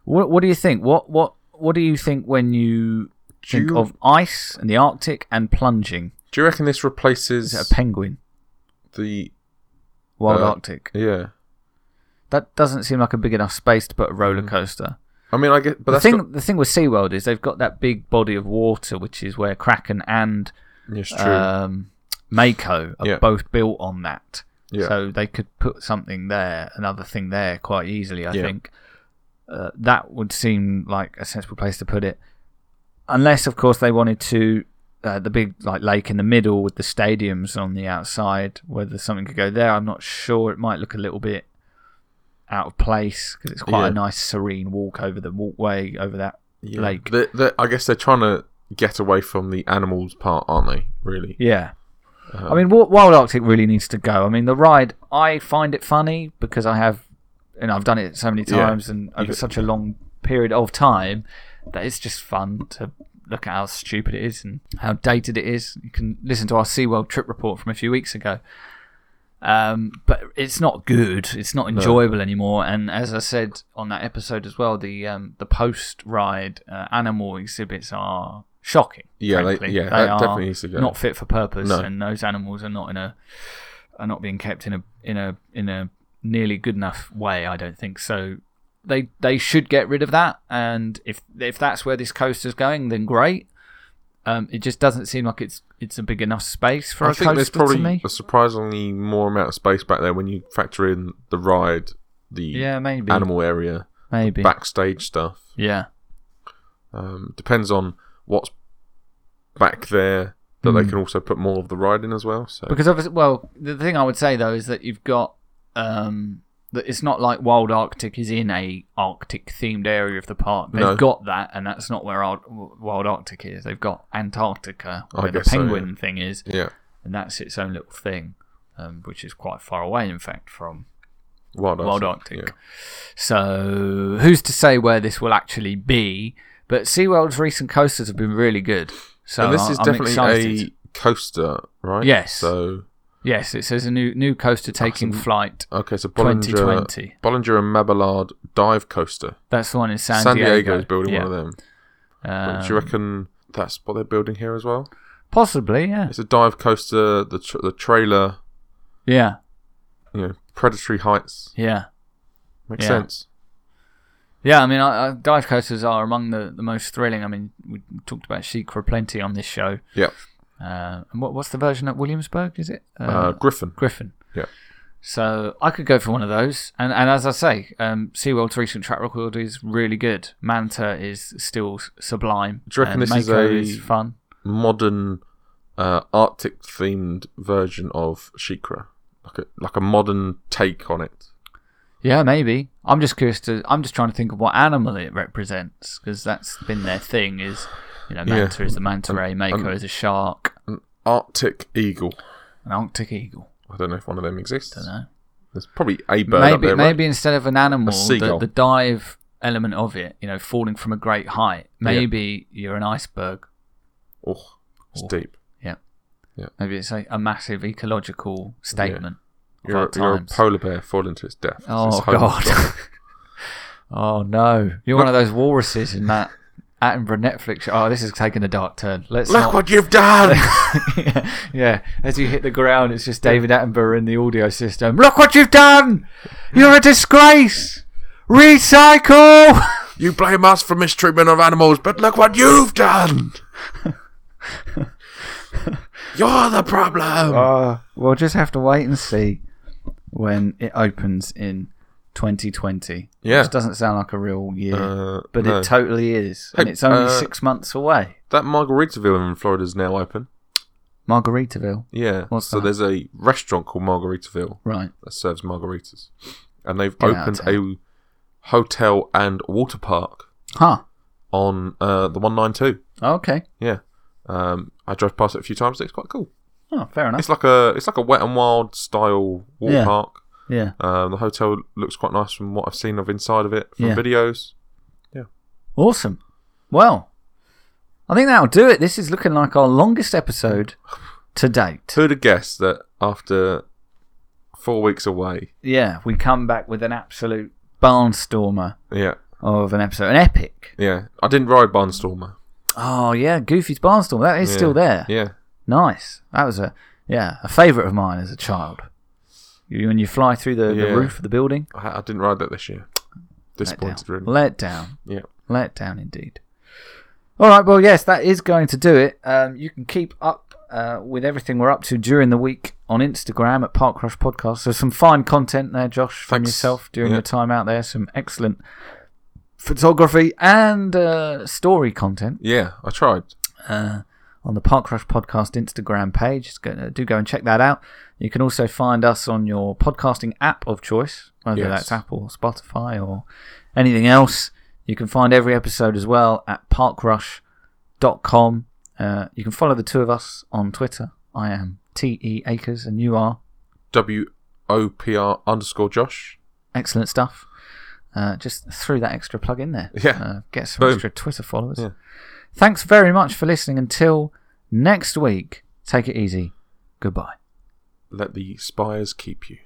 Speaker 1: what what do you think? What what what do you think when you think
Speaker 2: you-
Speaker 1: of ice and the Arctic and plunging?
Speaker 2: do you reckon this replaces
Speaker 1: Is it a penguin?
Speaker 2: the
Speaker 1: Wild
Speaker 2: Uh,
Speaker 1: Arctic.
Speaker 2: yeah?
Speaker 1: That doesn't seem like a big enough space to put a roller coaster.
Speaker 2: I mean, I get, Mm. but
Speaker 1: the
Speaker 2: that's
Speaker 1: thing
Speaker 2: got-
Speaker 1: the thing with SeaWorld is they've got that big body of water which is where Kraken and
Speaker 2: yeah, it's true.
Speaker 1: um, Mako are
Speaker 2: Yeah.
Speaker 1: both built on that.
Speaker 2: yeah,
Speaker 1: So they could put something there, another thing there, quite easily. I
Speaker 2: Yeah.
Speaker 1: think uh, that would seem like a sensible place to put it, unless, of course, they wanted to uh, the big like lake in the middle with the stadiums on the outside. Whether something could go there, I'm not sure. It might look a little bit out of place because it's quite
Speaker 2: Yeah.
Speaker 1: a nice serene walk over the walkway over that.
Speaker 2: yeah.
Speaker 1: like-
Speaker 2: They- they- I guess they're trying to get away from the animals part, aren't they? Really?
Speaker 1: Yeah.
Speaker 2: Um,
Speaker 1: I mean, Wa- Wild Arctic really needs to go. I mean, the ride, I find it funny because I have, and I've done it so many
Speaker 2: Yeah.
Speaker 1: times and over
Speaker 2: get-
Speaker 1: such a long period of time that it's just fun to look at how stupid it is and how dated it is. You can listen to our SeaWorld trip report from a few weeks ago. Um, but it's not good. It's not enjoyable anymore. And as I said on that episode as well, the um, the post ride uh, animal exhibits are shocking.
Speaker 2: Yeah, they-
Speaker 1: frankly.
Speaker 2: yeah, that definitely needs to go.
Speaker 1: not fit for purpose,
Speaker 2: No.
Speaker 1: and those animals are not in a are not being kept in a in a in a nearly good enough way. I don't think so. They they should get rid of that, and if if that's where this coaster's going, then great. Um, it just doesn't seem like it's it's a big enough space for a
Speaker 2: I think there's
Speaker 1: coaster to
Speaker 2: probably
Speaker 1: me.
Speaker 2: a surprisingly more amount of space back there when you factor in the ride, the
Speaker 1: Yeah, maybe
Speaker 2: animal area,
Speaker 1: maybe
Speaker 2: backstage stuff.
Speaker 1: yeah.
Speaker 2: Um, depends on what's back there that they can also put more of the ride in as well. So
Speaker 1: Because obviously, well, the thing I would say though is that you've got um, that it's not like Wild Arctic is in a Arctic themed area of the park. They've
Speaker 2: No.
Speaker 1: got that, and that's not where Ar- Wild Arctic is. They've got Antarctica,
Speaker 2: I
Speaker 1: where the
Speaker 2: guess so,
Speaker 1: penguin thing is,
Speaker 2: yeah,
Speaker 1: and that's its own little thing, um, which is quite far away, in fact, from
Speaker 2: Wild Arctic.
Speaker 1: Wild Arctic. So who's to say where this will actually be? But SeaWorld's recent coasters have been really good. So
Speaker 2: Yeah. And this is
Speaker 1: I- I'm
Speaker 2: definitely
Speaker 1: excited.
Speaker 2: a coaster, right?
Speaker 1: Yes.
Speaker 2: So
Speaker 1: Yes, it says a new new coaster taking flight
Speaker 2: okay, so Bollinger,
Speaker 1: 2020.
Speaker 2: Bollinger and Mabillard dive coaster.
Speaker 1: That's the one in San,
Speaker 2: San
Speaker 1: Diego. Uh,
Speaker 2: Diego Um, is building one of them.
Speaker 1: them.
Speaker 2: Do you reckon that's what they're building here as well?
Speaker 1: Possibly, yeah.
Speaker 2: It's a dive coaster. The tr the trailer,
Speaker 1: Yeah.
Speaker 2: you know, predatory heights.
Speaker 1: Yeah.
Speaker 2: Makes
Speaker 1: Yeah.
Speaker 2: sense.
Speaker 1: Yeah, I mean, I, I, dive coasters are among the, the most thrilling. I mean, we talked about Secra plenty on this show.
Speaker 2: Yep.
Speaker 1: Uh, and what, what's the version at Williamsburg? Is it uh,
Speaker 2: Uh, Griffin.
Speaker 1: Griffin?
Speaker 2: Yeah.
Speaker 1: So I could go for one of those, and and as I say, um, SeaWorld's recent track record is really good. Manta is still s- sublime.
Speaker 2: Do you
Speaker 1: and
Speaker 2: reckon this is
Speaker 1: Mako
Speaker 2: a-
Speaker 1: is fun?
Speaker 2: Modern uh, Arctic themed version of Shikra. Like a, like a modern take on it.
Speaker 1: Yeah, maybe. I'm just curious to. I'm just trying to think of what animal it represents because that's been their thing. Is you know,
Speaker 2: Yeah.
Speaker 1: manta is the manta ray, mako
Speaker 2: um,
Speaker 1: is a shark,
Speaker 2: An Arctic eagle.
Speaker 1: an arctic eagle.
Speaker 2: I don't know if one of them exists.
Speaker 1: I don't know.
Speaker 2: There's probably a bird up
Speaker 1: Maybe
Speaker 2: there. right?
Speaker 1: maybe instead of an animal, the,
Speaker 2: seagull.
Speaker 1: the dive element of it, you know, falling from a great height. Maybe you're an iceberg.
Speaker 2: Oh, it's
Speaker 1: Oh.
Speaker 2: deep.
Speaker 1: Maybe it's a, a massive ecological statement. of our
Speaker 2: You're, you're a
Speaker 1: times.
Speaker 2: polar bear falling to its death. It's
Speaker 1: Oh
Speaker 2: its home.
Speaker 1: God. oh no. You're one of those walruses in that Attenborough Netflix show. Oh, this is taking a dark turn. Let's
Speaker 2: Look
Speaker 1: not-
Speaker 2: what you've done!
Speaker 1: yeah, As you hit the ground, it's just David Attenborough in the audio system. Look what you've done! You're a disgrace. Recycle.
Speaker 2: you blame us for mistreatment of animals, but look what you've done! you're the problem!
Speaker 1: Uh, we'll just have to wait and see when it opens in 2020.
Speaker 2: yeah.
Speaker 1: This doesn't sound like a real year,
Speaker 2: Uh,
Speaker 1: but
Speaker 2: no.
Speaker 1: it totally is, and
Speaker 2: Hey,
Speaker 1: it's only
Speaker 2: uh,
Speaker 1: six months away.
Speaker 2: that Margaritaville in Florida is now open.
Speaker 1: Margaritaville,
Speaker 2: Yeah.
Speaker 1: What's
Speaker 2: so
Speaker 1: that?
Speaker 2: there's a restaurant called Margaritaville
Speaker 1: right?
Speaker 2: that serves margaritas. And they've
Speaker 1: Get out
Speaker 2: opened
Speaker 1: of
Speaker 2: a hotel and water park
Speaker 1: Huh?
Speaker 2: on uh, the 192.
Speaker 1: Okay.
Speaker 2: Yeah. Um, I drove past it a few times. It's quite cool.
Speaker 1: Oh, fair enough.
Speaker 2: It's like a it's like a wet and wild style water
Speaker 1: Yeah.
Speaker 2: park.
Speaker 1: Yeah.
Speaker 2: Um, the hotel looks quite nice from what I've seen of inside of it from
Speaker 1: Yeah.
Speaker 2: videos.
Speaker 1: Awesome. Well, I think that'll do it. This is looking like our longest episode to date.
Speaker 2: Who'd have guessed that after four weeks away?
Speaker 1: Yeah, we come back with an absolute barnstormer
Speaker 2: Yeah,
Speaker 1: of an episode, an epic.
Speaker 2: yeah. I didn't ride Barnstormer.
Speaker 1: Oh yeah, Goofy's barnstormer. That is
Speaker 2: Yeah.
Speaker 1: still there.
Speaker 2: Yeah,
Speaker 1: Nice. That was a yeah a favourite of mine as a child. You, when you fly through the,
Speaker 2: Yeah.
Speaker 1: the roof of the building,
Speaker 2: I, I didn't ride that this year.
Speaker 1: let down.
Speaker 2: Disappointed, really.
Speaker 1: Let down.
Speaker 2: Yeah.
Speaker 1: Let down indeed. All right. Well, yes, that is going to do it. Um, you can keep up uh, with everything we're up to during the week on Instagram at Park Rush Podcast. There's some fine content there, Josh, from
Speaker 2: Thanks.
Speaker 1: yourself during
Speaker 2: Yeah.
Speaker 1: your time out there. Some excellent photography and uh, story content.
Speaker 2: Yeah, I tried.
Speaker 1: uh, on the Park Rush Podcast Instagram page. It's go- uh, do go and check that out. You can also find us on your podcasting app of choice, whether
Speaker 2: Yes.
Speaker 1: that's Apple, Spotify, or anything else. You can find every episode as well at parkrush.com. Uh, you can follow the two of us on Twitter. I am TE Acres, and you are
Speaker 2: W O P R underscore Josh.
Speaker 1: excellent stuff. Uh, just threw that extra plug in there.
Speaker 2: Yeah.
Speaker 1: Uh, get some
Speaker 2: Boom.
Speaker 1: extra Twitter followers.
Speaker 2: Yeah.
Speaker 1: Thanks very much for listening. Until next week, take it easy. Goodbye.
Speaker 2: Let the spires keep you.